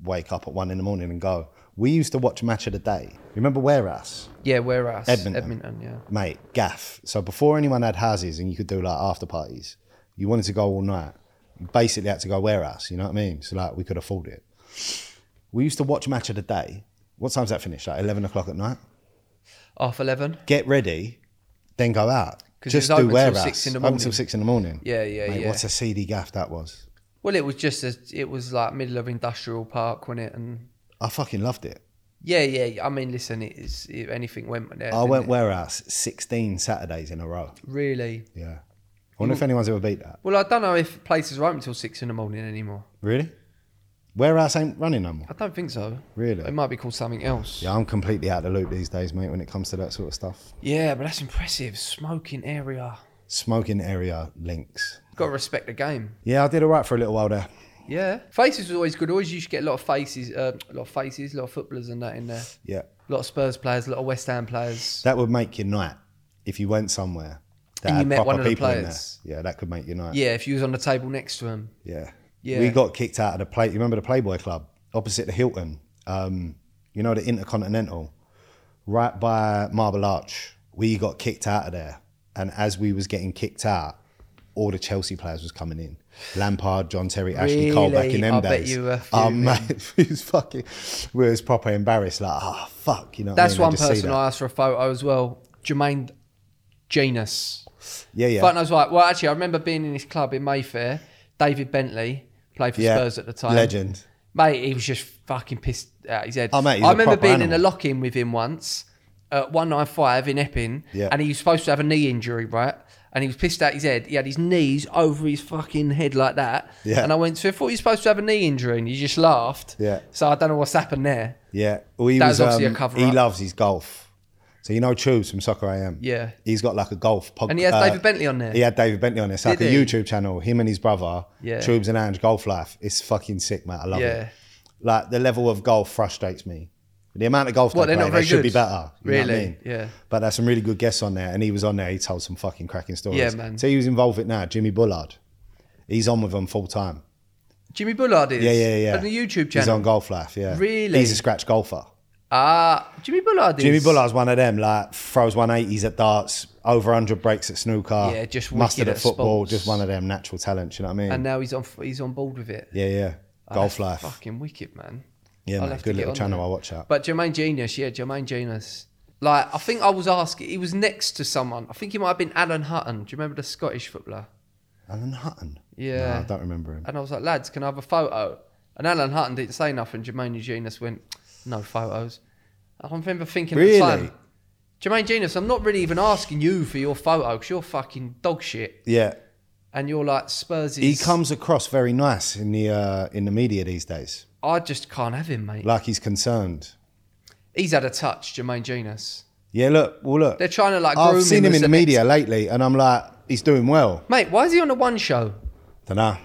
[SPEAKER 2] wake up at one in the morning and go. We used to watch Match of the Day. Remember Whereas?
[SPEAKER 3] Yeah, whereas
[SPEAKER 2] Edmonton.
[SPEAKER 3] Edmonton, yeah.
[SPEAKER 2] mate, gaff. So before anyone had houses and you could do like after parties, you wanted to go all night. You basically had to go warehouse, you know what I mean? So like we could afford it. We used to watch match of the day. What time's that finish? Like eleven o'clock at night.
[SPEAKER 3] Half eleven.
[SPEAKER 2] Get ready, then go out.
[SPEAKER 3] 'Cause
[SPEAKER 2] Just
[SPEAKER 3] it was
[SPEAKER 2] do
[SPEAKER 3] open till
[SPEAKER 2] warehouse.
[SPEAKER 3] six in the
[SPEAKER 2] Open till
[SPEAKER 3] morning.
[SPEAKER 2] six in the morning.
[SPEAKER 3] Yeah, yeah,
[SPEAKER 2] Mate,
[SPEAKER 3] yeah.
[SPEAKER 2] What a seedy gaff that was.
[SPEAKER 3] Well, it was just a, it was like middle of industrial park, wasn't it? And
[SPEAKER 2] I fucking loved it.
[SPEAKER 3] yeah, yeah. yeah. I mean, listen, it is it, anything went there.
[SPEAKER 2] I
[SPEAKER 3] didn't
[SPEAKER 2] went
[SPEAKER 3] it?
[SPEAKER 2] warehouse sixteen Saturdays in a row.
[SPEAKER 3] really.
[SPEAKER 2] Yeah. I wonder
[SPEAKER 3] Hmm.
[SPEAKER 2] if anyone's ever beat that.
[SPEAKER 3] Well, I don't know if places are open till six in the morning anymore.
[SPEAKER 2] Really? Warehouse ain't running no more.
[SPEAKER 3] I don't think so.
[SPEAKER 2] Really?
[SPEAKER 3] It might be called something else.
[SPEAKER 2] Yeah, I'm completely out of the loop these days, mate, when it comes to that sort of stuff.
[SPEAKER 3] Yeah, but that's impressive. Smoking area.
[SPEAKER 2] Smoking area links.
[SPEAKER 3] Got to respect the game.
[SPEAKER 2] Yeah, I did all right for a little while there.
[SPEAKER 3] Yeah. Faces was always good. Always used to get a lot of faces, uh, a lot of faces, a lot of footballers and that in there.
[SPEAKER 2] Yeah.
[SPEAKER 3] A lot of Spurs players, a lot of West Ham players.
[SPEAKER 2] That would make your night if you went somewhere that
[SPEAKER 3] And you
[SPEAKER 2] had
[SPEAKER 3] met
[SPEAKER 2] proper
[SPEAKER 3] one of the
[SPEAKER 2] people in there.
[SPEAKER 3] players.
[SPEAKER 2] Yeah, that could make your night.
[SPEAKER 3] Yeah, if you was on the table next to him.
[SPEAKER 2] Yeah.
[SPEAKER 3] Yeah.
[SPEAKER 2] We got kicked out of the play. You remember the Playboy Club opposite the Hilton? Um, you know, the Intercontinental, right by Marble Arch. We got kicked out of there. And as we was getting kicked out, all the Chelsea players was coming in. Lampard, John Terry, Ashley Cole back in
[SPEAKER 3] Really?
[SPEAKER 2] them
[SPEAKER 3] I bet
[SPEAKER 2] days.
[SPEAKER 3] you were
[SPEAKER 2] Um, mate, we was fucking, we was proper embarrassed. Like, oh, fuck, you know. what I
[SPEAKER 3] That's
[SPEAKER 2] mean? They
[SPEAKER 3] one
[SPEAKER 2] just see
[SPEAKER 3] person
[SPEAKER 2] that.
[SPEAKER 3] I asked for a photo as well. Jermaine Genus.
[SPEAKER 2] Yeah, yeah.
[SPEAKER 3] But I was like, well, actually, I remember being in this club in Mayfair. David Bentley played for
[SPEAKER 2] yeah.
[SPEAKER 3] Spurs at the time.
[SPEAKER 2] Legend.
[SPEAKER 3] Mate, he was just fucking pissed out his head.
[SPEAKER 2] Oh, mate, he's
[SPEAKER 3] I
[SPEAKER 2] a
[SPEAKER 3] remember
[SPEAKER 2] proper
[SPEAKER 3] being in
[SPEAKER 2] animal.
[SPEAKER 3] a lock in with him once at 195 in Epping,
[SPEAKER 2] Yeah.
[SPEAKER 3] and he was supposed to have a knee injury, right? and he was pissed out his head. He had his knees over his fucking head like that.
[SPEAKER 2] Yeah.
[SPEAKER 3] And I went to him, thought you're supposed to have a knee injury, and you just laughed.
[SPEAKER 2] Yeah.
[SPEAKER 3] So I don't know what's happened there.
[SPEAKER 2] Yeah, well, he
[SPEAKER 3] That
[SPEAKER 2] was,
[SPEAKER 3] was obviously a
[SPEAKER 2] um,
[SPEAKER 3] cover
[SPEAKER 2] He
[SPEAKER 3] up.
[SPEAKER 2] loves his golf. So you know Tubes from Soccer AM.
[SPEAKER 3] Yeah.
[SPEAKER 2] he's got like a golf podcast.
[SPEAKER 3] And he has David Bentley on there.
[SPEAKER 2] He had David Bentley on there. It's like
[SPEAKER 3] Did
[SPEAKER 2] a
[SPEAKER 3] he?
[SPEAKER 2] YouTube channel. Him and his brother.
[SPEAKER 3] Yeah.
[SPEAKER 2] Tubes and Ange Golf Life. It's fucking sick, mate. I love
[SPEAKER 3] Yeah.
[SPEAKER 2] it. Like the level of golf frustrates me. The amount of golf they
[SPEAKER 3] What, they're
[SPEAKER 2] play,
[SPEAKER 3] not
[SPEAKER 2] they
[SPEAKER 3] very
[SPEAKER 2] should be
[SPEAKER 3] good?
[SPEAKER 2] better. You know what I
[SPEAKER 3] Really?
[SPEAKER 2] mean?
[SPEAKER 3] Yeah.
[SPEAKER 2] But there's some really good guests on there, and he was on there. He told some fucking cracking stories.
[SPEAKER 3] Yeah, man.
[SPEAKER 2] So he was involved with it now. Jimmy Bullard. He's on with them full time.
[SPEAKER 3] Jimmy Bullard is.
[SPEAKER 2] Yeah, yeah, yeah.
[SPEAKER 3] On the YouTube
[SPEAKER 2] He's
[SPEAKER 3] channel.
[SPEAKER 2] on Golf Life. Yeah.
[SPEAKER 3] Really?
[SPEAKER 2] He's a scratch golfer.
[SPEAKER 3] Ah, Jimmy Bullard is.
[SPEAKER 2] Jimmy Bullard's one of them, like throws 180s at darts, over 100 breaks at snooker.
[SPEAKER 3] Yeah, just
[SPEAKER 2] mustard
[SPEAKER 3] wicked
[SPEAKER 2] at
[SPEAKER 3] at
[SPEAKER 2] football,
[SPEAKER 3] sports.
[SPEAKER 2] just one of them natural talents, you know what I mean?
[SPEAKER 3] And now he's on. He's on board with it.
[SPEAKER 2] yeah, yeah.
[SPEAKER 3] Oh,
[SPEAKER 2] Golf
[SPEAKER 3] that's
[SPEAKER 2] life.
[SPEAKER 3] Fucking wicked, man.
[SPEAKER 2] Yeah,
[SPEAKER 3] I'll
[SPEAKER 2] man.
[SPEAKER 3] have to
[SPEAKER 2] Good
[SPEAKER 3] get
[SPEAKER 2] little
[SPEAKER 3] on
[SPEAKER 2] channel.
[SPEAKER 3] that.
[SPEAKER 2] I watch that.
[SPEAKER 3] But Jermaine Genius, yeah, Jermaine Genius. Like, I think I was asking, he was next to someone. I think he might have been Alan Hutton. Do you remember the Scottish footballer?
[SPEAKER 2] Alan Hutton.
[SPEAKER 3] Yeah.
[SPEAKER 2] No, I don't remember him.
[SPEAKER 3] And I was like, lads, can I have a photo? And Alan Hutton didn't say nothing. Jermaine Genius went, no photos. I remember thinking
[SPEAKER 2] Really?
[SPEAKER 3] at the time, Jermaine Genius, I'm not really even asking you for your photo because you're fucking dog shit.
[SPEAKER 2] Yeah.
[SPEAKER 3] And you're like, Spurs
[SPEAKER 2] He comes across very nice in the uh, in the media these days.
[SPEAKER 3] I just can't have him, mate.
[SPEAKER 2] Like he's concerned.
[SPEAKER 3] He's had a touch, Jermaine Genius.
[SPEAKER 2] Yeah, look, well look.
[SPEAKER 3] They're trying to like groom
[SPEAKER 2] I've seen him in
[SPEAKER 3] as
[SPEAKER 2] the
[SPEAKER 3] an
[SPEAKER 2] media lately and I'm like, he's doing well.
[SPEAKER 3] ex- Mate, why is he on the one show?
[SPEAKER 2] Dunno.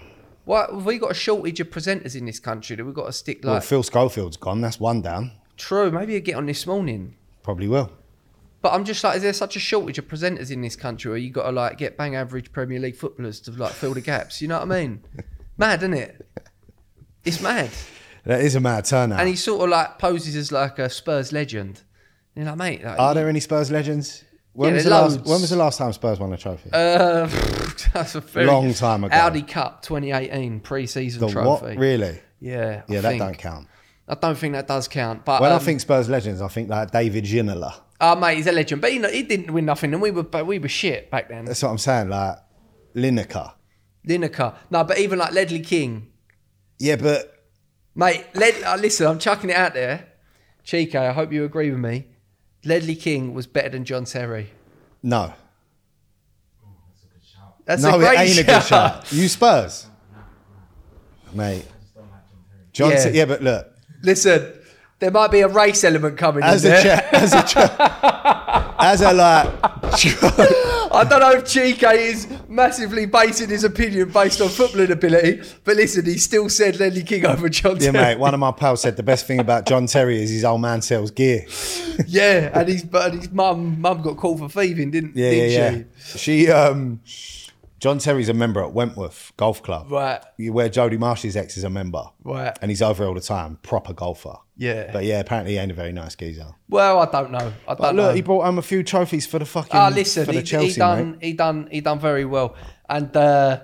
[SPEAKER 3] Why have we got a shortage of presenters in this country that we've got to stick
[SPEAKER 2] Well,
[SPEAKER 3] like
[SPEAKER 2] Phil Schofield's gone, that's one down.
[SPEAKER 3] true, maybe you get on this morning.
[SPEAKER 2] Probably will.
[SPEAKER 3] But I'm just like, is there such a shortage of presenters in this country where you gotta like get bang average Premier League footballers to like fill the gaps? You know what I mean? mad, isn't it? It's mad.
[SPEAKER 2] That is a mad turnout.
[SPEAKER 3] And he sort of like poses as like a Spurs legend. And you're like, mate, like,
[SPEAKER 2] Are there any Spurs legends? When,
[SPEAKER 3] Yeah,
[SPEAKER 2] was the
[SPEAKER 3] there's
[SPEAKER 2] last,
[SPEAKER 3] loads.
[SPEAKER 2] when was the last time Spurs won a trophy?
[SPEAKER 3] uh, that's a very
[SPEAKER 2] Long time ago.
[SPEAKER 3] Audi Cup 2018 pre-season
[SPEAKER 2] the
[SPEAKER 3] trophy.
[SPEAKER 2] what? Really?
[SPEAKER 3] Yeah,
[SPEAKER 2] Yeah,
[SPEAKER 3] I
[SPEAKER 2] that
[SPEAKER 3] think.
[SPEAKER 2] don't count.
[SPEAKER 3] I don't think that does count. But
[SPEAKER 2] When I
[SPEAKER 3] um,
[SPEAKER 2] think Spurs legends, I think like David Ginola.
[SPEAKER 3] Oh, mate, he's a legend. But he, he didn't win nothing, and we were but we were shit back then.
[SPEAKER 2] That's what I'm saying. Like Lineker.
[SPEAKER 3] Lineker. No, but even like Ledley King.
[SPEAKER 2] Yeah, but
[SPEAKER 3] Mate, Led, uh, listen, I'm chucking it out there. Chico, I hope you agree with me. Ledley King was better than John Terry.
[SPEAKER 2] no.
[SPEAKER 3] That's
[SPEAKER 2] no,
[SPEAKER 3] a great
[SPEAKER 2] it ain't a good shot. You Spurs, mate. John,
[SPEAKER 3] Yeah.
[SPEAKER 2] yeah. yeah, but look,
[SPEAKER 3] Listen, there might be a race element coming
[SPEAKER 2] as
[SPEAKER 3] in
[SPEAKER 2] a
[SPEAKER 3] there.
[SPEAKER 2] cha- as a cha- as a like,
[SPEAKER 3] I don't know if Chico is massively basing his opinion based on footballing ability, but listen, he still said Ledley King over John
[SPEAKER 2] yeah,
[SPEAKER 3] Terry.
[SPEAKER 2] mate. One of my pals said the best thing about John Terry is his old man sells gear.
[SPEAKER 3] Yeah, and his, but his mum mum got called for thieving, didn't,
[SPEAKER 2] Yeah,
[SPEAKER 3] didn't
[SPEAKER 2] yeah, yeah.
[SPEAKER 3] she?
[SPEAKER 2] She, um, John Terry's a member at Wentworth Golf Club,
[SPEAKER 3] Right.
[SPEAKER 2] Where Jody Marsh's ex is a member,
[SPEAKER 3] Right.
[SPEAKER 2] And he's over all the time, proper golfer.
[SPEAKER 3] Yeah.
[SPEAKER 2] but yeah, apparently he ain't a very nice geezer.
[SPEAKER 3] Well, I don't know. I don't
[SPEAKER 2] But
[SPEAKER 3] know.
[SPEAKER 2] look, he brought home a few trophies for the fucking.
[SPEAKER 3] Ah, listen,
[SPEAKER 2] for the
[SPEAKER 3] he,
[SPEAKER 2] Chelsea,
[SPEAKER 3] he done,
[SPEAKER 2] mate.
[SPEAKER 3] he done, he done very well. And uh, do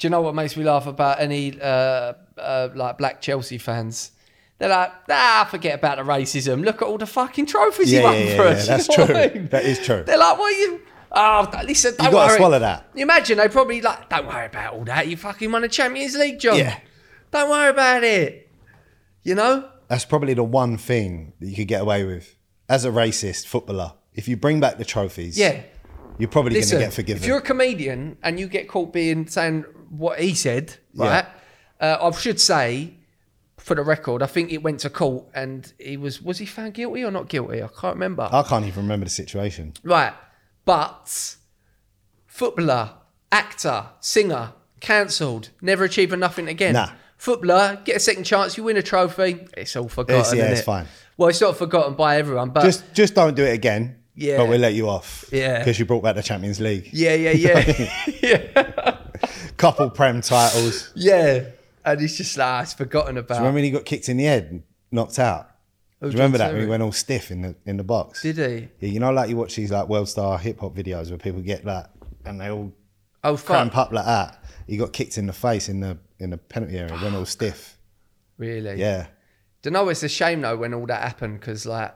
[SPEAKER 3] you know what makes me laugh about any uh, uh, like black Chelsea fans? They're like, ah, forget about the racism. Look at all the fucking trophies
[SPEAKER 2] Yeah,
[SPEAKER 3] he won
[SPEAKER 2] yeah, yeah,
[SPEAKER 3] for
[SPEAKER 2] yeah,
[SPEAKER 3] us. You
[SPEAKER 2] that's
[SPEAKER 3] know what
[SPEAKER 2] true.
[SPEAKER 3] I mean?
[SPEAKER 2] That is true.
[SPEAKER 3] They're like, what are you? Oh, th- listen, don't
[SPEAKER 2] gotta
[SPEAKER 3] worry.
[SPEAKER 2] swallow that.
[SPEAKER 3] You imagine they probably like, don't worry about all that. You fucking won a Champions League, John.
[SPEAKER 2] Yeah.
[SPEAKER 3] Don't worry about it. You know.
[SPEAKER 2] That's probably the one thing that you could get away with as a racist footballer. If you bring back the trophies,
[SPEAKER 3] Yeah.
[SPEAKER 2] you're probably going to
[SPEAKER 3] Listen,
[SPEAKER 2] get forgiven.
[SPEAKER 3] If you're a comedian and you get caught being saying what he said,
[SPEAKER 2] Yeah.
[SPEAKER 3] right? Uh, I should say, for the record, I think it went to court and he was was he found guilty or not guilty? I can't remember.
[SPEAKER 2] I can't even remember the situation.
[SPEAKER 3] right, but footballer, actor, singer, cancelled, never achieving nothing again.
[SPEAKER 2] Nah.
[SPEAKER 3] Footballer, get a second chance, you win a trophy. It's all forgotten.
[SPEAKER 2] yeah,
[SPEAKER 3] innit?
[SPEAKER 2] it's fine.
[SPEAKER 3] Well, it's not forgotten by everyone, but
[SPEAKER 2] Just, just don't do it again.
[SPEAKER 3] Uh, Yeah.
[SPEAKER 2] but we'll let you off.
[SPEAKER 3] Yeah.
[SPEAKER 2] because you brought back the Champions League.
[SPEAKER 3] yeah, yeah, yeah, yeah.
[SPEAKER 2] couple prem titles.
[SPEAKER 3] Yeah. And he's just like, it's forgotten about.
[SPEAKER 2] Remember when he got kicked in the head and knocked out? Do you
[SPEAKER 3] John
[SPEAKER 2] remember that when he
[SPEAKER 3] Terry?
[SPEAKER 2] went all stiff in the in the box?
[SPEAKER 3] Oh, Did he?
[SPEAKER 2] Yeah, you know, like you watch these like world star hip hop videos where people get like and they all
[SPEAKER 3] Oh, fuck.
[SPEAKER 2] cramp up like that. He got kicked in the face in the in the penalty area, went all stiff.
[SPEAKER 3] Really?
[SPEAKER 2] Yeah,
[SPEAKER 3] Don't know. It's a shame, though, when all that happened because, like,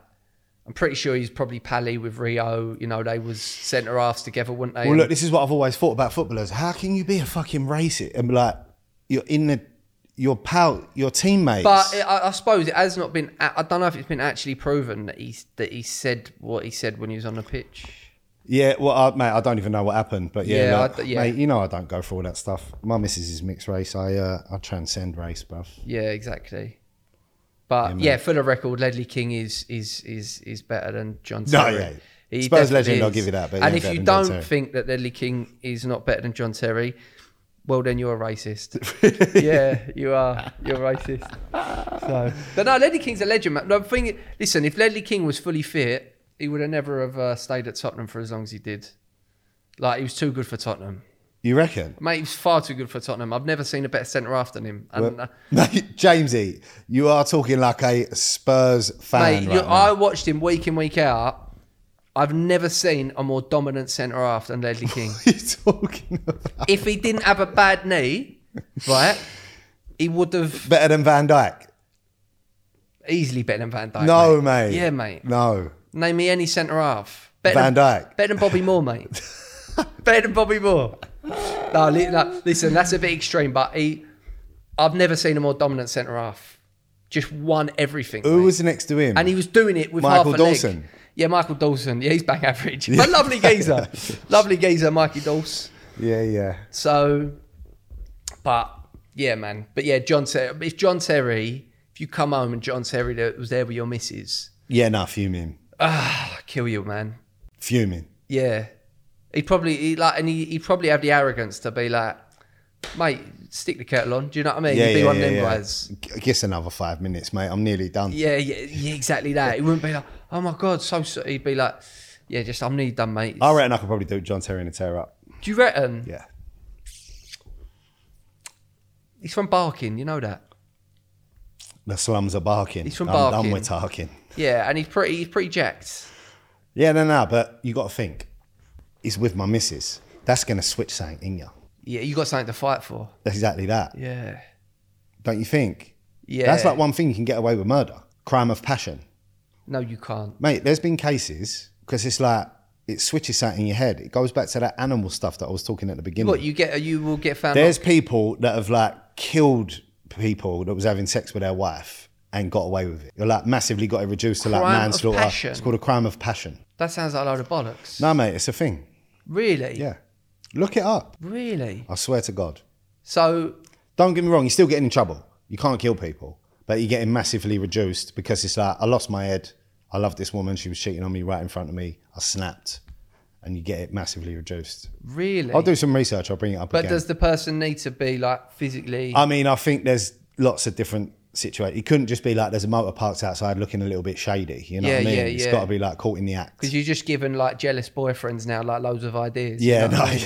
[SPEAKER 3] I'm pretty sure he's probably pally with Rio. You know, they was centre halves together, weren't they?
[SPEAKER 2] Well, look, this is what I've always thought about footballers. How can you be a fucking racist and be like you're in the your pal, your teammates?
[SPEAKER 3] but it, I, I suppose it has not been. I I don't know if it's been actually proven that he that he said what he said when he was on the pitch.
[SPEAKER 2] Yeah, well, uh, mate, I don't even know what happened, but yeah,
[SPEAKER 3] Yeah,
[SPEAKER 2] look,
[SPEAKER 3] I d- yeah.
[SPEAKER 2] mate, you know I don't go for all that stuff. My missus is mixed race. I uh, I transcend race, bruv.
[SPEAKER 3] Yeah, exactly. But
[SPEAKER 2] mate.
[SPEAKER 3] yeah, for the record, Ledley King is is is is better than John.
[SPEAKER 2] No,
[SPEAKER 3] Terry.
[SPEAKER 2] yeah.
[SPEAKER 3] He
[SPEAKER 2] Spurs
[SPEAKER 3] definitely
[SPEAKER 2] legend, I'll
[SPEAKER 3] is.
[SPEAKER 2] give you that, but he
[SPEAKER 3] and
[SPEAKER 2] ain't
[SPEAKER 3] if
[SPEAKER 2] better
[SPEAKER 3] you
[SPEAKER 2] than John
[SPEAKER 3] don't
[SPEAKER 2] Terry.
[SPEAKER 3] think that Ledley King is not better than John Terry, well then you're a racist. yeah, you are. You're racist. So, but no, Ledley King's a legend. Man. The thing, listen, if Ledley King was fully fit, he would have never have uh, stayed at Tottenham for as long as he did. Like he was too good for Tottenham.
[SPEAKER 2] You reckon?
[SPEAKER 3] Mate, he was far too good for Tottenham. I've never seen a better centre half than him. And, uh,
[SPEAKER 2] Mate, Jamesy, you are talking like a Spurs fan.
[SPEAKER 3] Mate,
[SPEAKER 2] right
[SPEAKER 3] you,
[SPEAKER 2] now.
[SPEAKER 3] I watched him week in, week out. I've never seen a more dominant centre half than Ledley King.
[SPEAKER 2] What are you talking about?
[SPEAKER 3] if he didn't have a bad knee, right, he would have
[SPEAKER 2] Better than Van Dyke?
[SPEAKER 3] easily better than Van Dijk.
[SPEAKER 2] No, mate.
[SPEAKER 3] Yeah, mate.
[SPEAKER 2] No.
[SPEAKER 3] Name me any centre half. Better
[SPEAKER 2] Van
[SPEAKER 3] than-
[SPEAKER 2] Dijk.
[SPEAKER 3] Better than Bobby Moore, mate. better than Bobby Moore. No, li- no, listen, that's a bit extreme, but he, I've never seen a more dominant centre half. Just won everything.
[SPEAKER 2] Who
[SPEAKER 3] mate.
[SPEAKER 2] was next to him?
[SPEAKER 3] And he was doing it with
[SPEAKER 2] Michael
[SPEAKER 3] half a Leg.
[SPEAKER 2] Dawson.
[SPEAKER 3] Yeah, Michael Dawson. Yeah, he's bang average. But lovely geezer. lovely geezer, Mikey Dawson.
[SPEAKER 2] yeah, yeah.
[SPEAKER 3] So, but yeah, man. But yeah, John Terry. If John Terry, if you come home and John Terry there- was there with your missus,
[SPEAKER 2] Yeah, nah, fuming.
[SPEAKER 3] ah, kill you, man.
[SPEAKER 2] Fuming.
[SPEAKER 3] Yeah. He'd probably, he, like, and he, he'd probably have the arrogance to be like, mate, stick the kettle on. Do you know what I mean?
[SPEAKER 2] Yeah,
[SPEAKER 3] He'd be
[SPEAKER 2] yeah,
[SPEAKER 3] one of
[SPEAKER 2] yeah,
[SPEAKER 3] them
[SPEAKER 2] yeah.
[SPEAKER 3] guys.
[SPEAKER 2] I guess another five minutes, mate. I'm nearly done.
[SPEAKER 3] Yeah, yeah, yeah, exactly that. He wouldn't be like, oh my God, so, so. He'd be like, yeah, just, I'm nearly done, mate.
[SPEAKER 2] I reckon I could probably do John Terry in a tear up.
[SPEAKER 3] Do you reckon?
[SPEAKER 2] Yeah.
[SPEAKER 3] He's from Barking, you know that.
[SPEAKER 2] The slums are barking.
[SPEAKER 3] He's from
[SPEAKER 2] I'm
[SPEAKER 3] Barking.
[SPEAKER 2] done with talking.
[SPEAKER 3] Yeah, and he's pretty he's pretty jacked.
[SPEAKER 2] Yeah, no, no, but you got to think. He's with my missus. That's going to switch something in you.
[SPEAKER 3] Yeah, you got something to fight for.
[SPEAKER 2] That's exactly that.
[SPEAKER 3] Yeah.
[SPEAKER 2] Don't you think?
[SPEAKER 3] Yeah.
[SPEAKER 2] That's like one thing you can get away with murder. Crime of passion.
[SPEAKER 3] No, you can't.
[SPEAKER 2] Mate, there's been cases because it's like it switches something in your head. It goes back to that animal stuff that I was talking at the beginning.
[SPEAKER 3] What you get you will get found
[SPEAKER 2] There's people that have like killed people that was having sex with their wife and got away with it. You're like massively got it reduced to like
[SPEAKER 3] Crime of
[SPEAKER 2] manslaughter.
[SPEAKER 3] passion.
[SPEAKER 2] It's called a crime of passion.
[SPEAKER 3] That sounds like a load of bollocks.
[SPEAKER 2] No, mate, it's a thing.
[SPEAKER 3] Really?
[SPEAKER 2] Yeah. Look it up.
[SPEAKER 3] Really?
[SPEAKER 2] I swear to God.
[SPEAKER 3] So
[SPEAKER 2] Don't get me wrong, you're still getting in trouble. You can't kill people, but you're getting massively reduced because it's like, I lost my head. I love this woman. She was cheating on me right in front of me. I snapped. And you get it massively reduced.
[SPEAKER 3] really
[SPEAKER 2] I'll do some research. I'll bring it up
[SPEAKER 3] But
[SPEAKER 2] again.
[SPEAKER 3] does the person need to be like physically
[SPEAKER 2] I mean, I think there's lots of different situations. It couldn't just be like there's a motor parked outside looking a little bit shady. You know
[SPEAKER 3] Yeah,
[SPEAKER 2] what I mean?
[SPEAKER 3] yeah,
[SPEAKER 2] It's
[SPEAKER 3] yeah.
[SPEAKER 2] got to be like caught in the act.
[SPEAKER 3] because you're just giving like jealous boyfriends now like loads of ideas. you
[SPEAKER 2] yeah,
[SPEAKER 3] know?
[SPEAKER 2] no.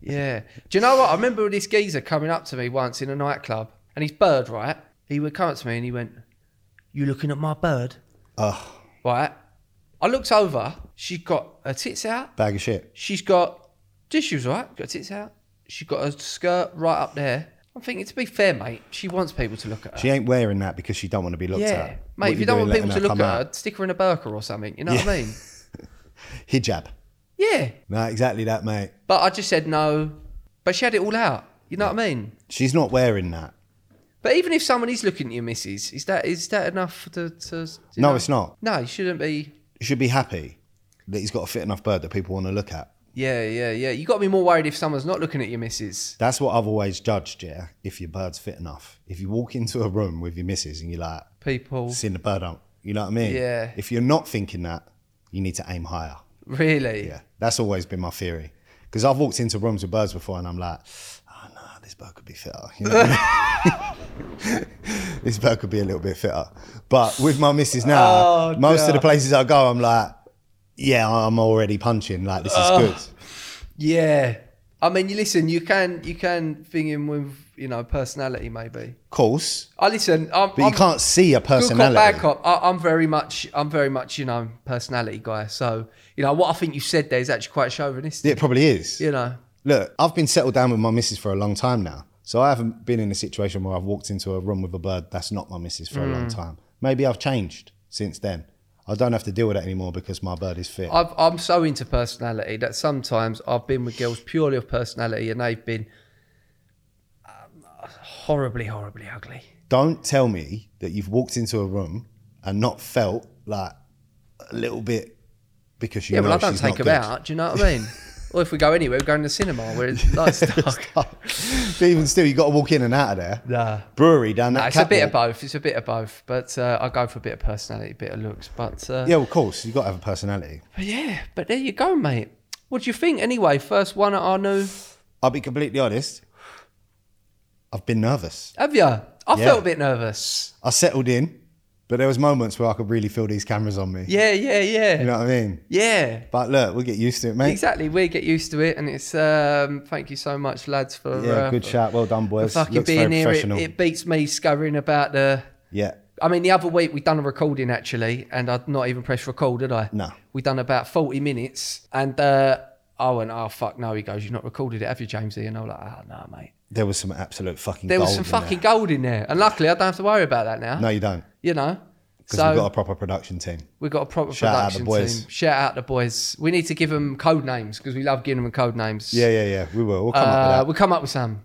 [SPEAKER 3] Yeah. Do you know what? I remember this geezer coming up to me once in a nightclub, and he's bird, right? He would come up to me and he went, "You looking at my bird?"
[SPEAKER 2] oh,
[SPEAKER 3] Right. I looked over. She's got her tits out.
[SPEAKER 2] bag of shit.
[SPEAKER 3] She's got tissues, right? Got her tits out. She's got her skirt right up there. I'm thinking, to be fair, mate, she wants people to look at her.
[SPEAKER 2] She ain't wearing that because she don't want to be looked
[SPEAKER 3] yeah,
[SPEAKER 2] at.
[SPEAKER 3] mate.
[SPEAKER 2] What
[SPEAKER 3] if you, don't
[SPEAKER 2] doing
[SPEAKER 3] want people to
[SPEAKER 2] letting
[SPEAKER 3] look at
[SPEAKER 2] come
[SPEAKER 3] her, stick her in a burqa or something. You know what I mean?
[SPEAKER 2] out? hijab.
[SPEAKER 3] Yeah.
[SPEAKER 2] No, exactly that, mate.
[SPEAKER 3] But I just said no. But she had it all out. You know what I mean?
[SPEAKER 2] She's not wearing that.
[SPEAKER 3] But even if someone is looking at you, missus, is that is that enough to? to you
[SPEAKER 2] No,
[SPEAKER 3] know?
[SPEAKER 2] it's not.
[SPEAKER 3] No, you shouldn't be.
[SPEAKER 2] You should be happy that he's got a fit enough bird that people want to look at.
[SPEAKER 3] Yeah, yeah, yeah. You got to be more worried if someone's not looking at your missus.
[SPEAKER 2] That's what I've always judged, yeah, if your bird's fit enough. If you walk into a room with your missus and you're like,
[SPEAKER 3] People
[SPEAKER 2] seeing the bird out, you know what I mean?
[SPEAKER 3] Yeah.
[SPEAKER 2] If you're not thinking that, you need to aim higher.
[SPEAKER 3] really.
[SPEAKER 2] Yeah. That's always been my theory. Because I've walked into rooms with birds before and I'm like, oh no, this bird could be fitter. You know what I mean? this bird could be a little bit fitter. But with my missus now,
[SPEAKER 3] Oh,
[SPEAKER 2] most
[SPEAKER 3] dear.
[SPEAKER 2] of the places I go, I'm like, yeah, I'm already punching. Like, this is good.
[SPEAKER 3] Yeah. I mean, you listen. You can you can thing him with you know personality maybe.
[SPEAKER 2] course,
[SPEAKER 3] I listen. I'm,
[SPEAKER 2] but
[SPEAKER 3] I'm
[SPEAKER 2] you can't see a
[SPEAKER 3] good cop,
[SPEAKER 2] personality.
[SPEAKER 3] bad cop. I, I'm very much I'm very much you know personality guy. So you know what I think you said there is actually quite chauvinistic.
[SPEAKER 2] It probably is.
[SPEAKER 3] You know.
[SPEAKER 2] Look, I've been settled down with my missus for a long time now. So I haven't been in a situation where I've walked into a room with a bird that's not my missus for a long
[SPEAKER 3] Mm.
[SPEAKER 2] time. Maybe I've changed since then. I don't have to deal with that anymore because my bird is fit.
[SPEAKER 3] I've, I'm so into personality that sometimes I've been with girls purely of personality and they've been um, horribly, horribly ugly.
[SPEAKER 2] don't tell me that you've walked into a room and not felt like a little bit because you
[SPEAKER 3] Yeah,
[SPEAKER 2] know
[SPEAKER 3] well, I don't
[SPEAKER 2] she's
[SPEAKER 3] take
[SPEAKER 2] not
[SPEAKER 3] them out. Do you know what I mean? or if we go anywhere, we go in the cinema. We're like stuck.
[SPEAKER 2] good. but even still, you got to walk in and out of there.
[SPEAKER 3] Nah.
[SPEAKER 2] Brewery down that.
[SPEAKER 3] No, it's a bit of
[SPEAKER 2] catwalk.
[SPEAKER 3] both. It's a bit of both, but uh, I go for a bit of personality, bit of looks. But uh,
[SPEAKER 2] Yeah, well, of course, you got to have a personality.
[SPEAKER 3] but yeah, but there you go, mate. What do you think anyway? First one at our new.
[SPEAKER 2] I'll be completely honest. I've been nervous.
[SPEAKER 3] Have you? I
[SPEAKER 2] Yeah.
[SPEAKER 3] felt a bit nervous.
[SPEAKER 2] I settled in, but there was moments where I could really feel these cameras on me.
[SPEAKER 3] Yeah, yeah, yeah,
[SPEAKER 2] You know what I mean?
[SPEAKER 3] yeah.
[SPEAKER 2] But look, we'll get used to it, mate.
[SPEAKER 3] Exactly. We get used to it, and it's um, thank you so much, lads, for
[SPEAKER 2] Yeah,
[SPEAKER 3] uh,
[SPEAKER 2] good
[SPEAKER 3] for-
[SPEAKER 2] shout. Well done,
[SPEAKER 3] for
[SPEAKER 2] boys.
[SPEAKER 3] fucking
[SPEAKER 2] Looks
[SPEAKER 3] being
[SPEAKER 2] very
[SPEAKER 3] here. It,
[SPEAKER 2] professional.
[SPEAKER 3] it beats me scurrying about the.
[SPEAKER 2] yeah.
[SPEAKER 3] I mean, the other week we done a recording actually, and I'd not even pressed record, did I?
[SPEAKER 2] No.
[SPEAKER 3] We done about forty minutes, and uh, I went, "Oh fuck, no." He goes, "You've not recorded it, have you, Jamesy?" And I was like, "Oh no, mate."
[SPEAKER 2] There was some absolute fucking
[SPEAKER 3] There was
[SPEAKER 2] gold
[SPEAKER 3] some
[SPEAKER 2] in there.
[SPEAKER 3] fucking gold in there, and luckily I don't have to worry about that now.
[SPEAKER 2] No, you don't.
[SPEAKER 3] You know.
[SPEAKER 2] Because
[SPEAKER 3] So
[SPEAKER 2] we've got a proper production team.
[SPEAKER 3] We've got a proper
[SPEAKER 2] Shout out the
[SPEAKER 3] production
[SPEAKER 2] boys.
[SPEAKER 3] team. Shout out the boys. We need to give them code names because we love giving them code names.
[SPEAKER 2] Yeah, yeah, yeah. We will. We'll come up with
[SPEAKER 3] Uh,
[SPEAKER 2] that.
[SPEAKER 3] we come up with some.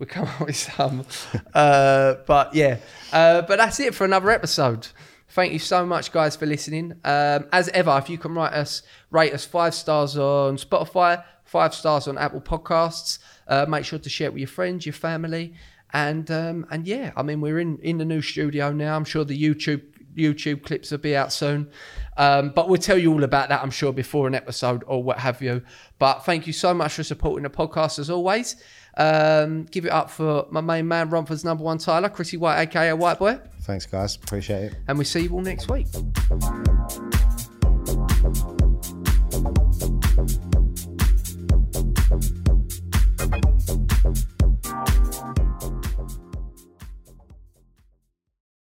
[SPEAKER 3] We come up with some. uh, but yeah, uh, but that's it for another episode. Thank you so much, guys, for listening. Um, as ever, if you can write us, rate us five stars on Spotify, five stars on Apple Podcasts. Uh, make sure to share it with your friends, your family, and um, and yeah, I mean we're in in the new studio now. I'm sure the YouTube YouTube clips will be out soon. Um, but we'll tell you all about that, I'm sure, before an episode or what have you. But thank you so much for supporting the podcast as always. Um, give it up for my main man, Romford's number one Tyler, Chrissy White, aka White Boy.
[SPEAKER 2] Thanks, guys. Appreciate it.
[SPEAKER 3] And we see you all next week.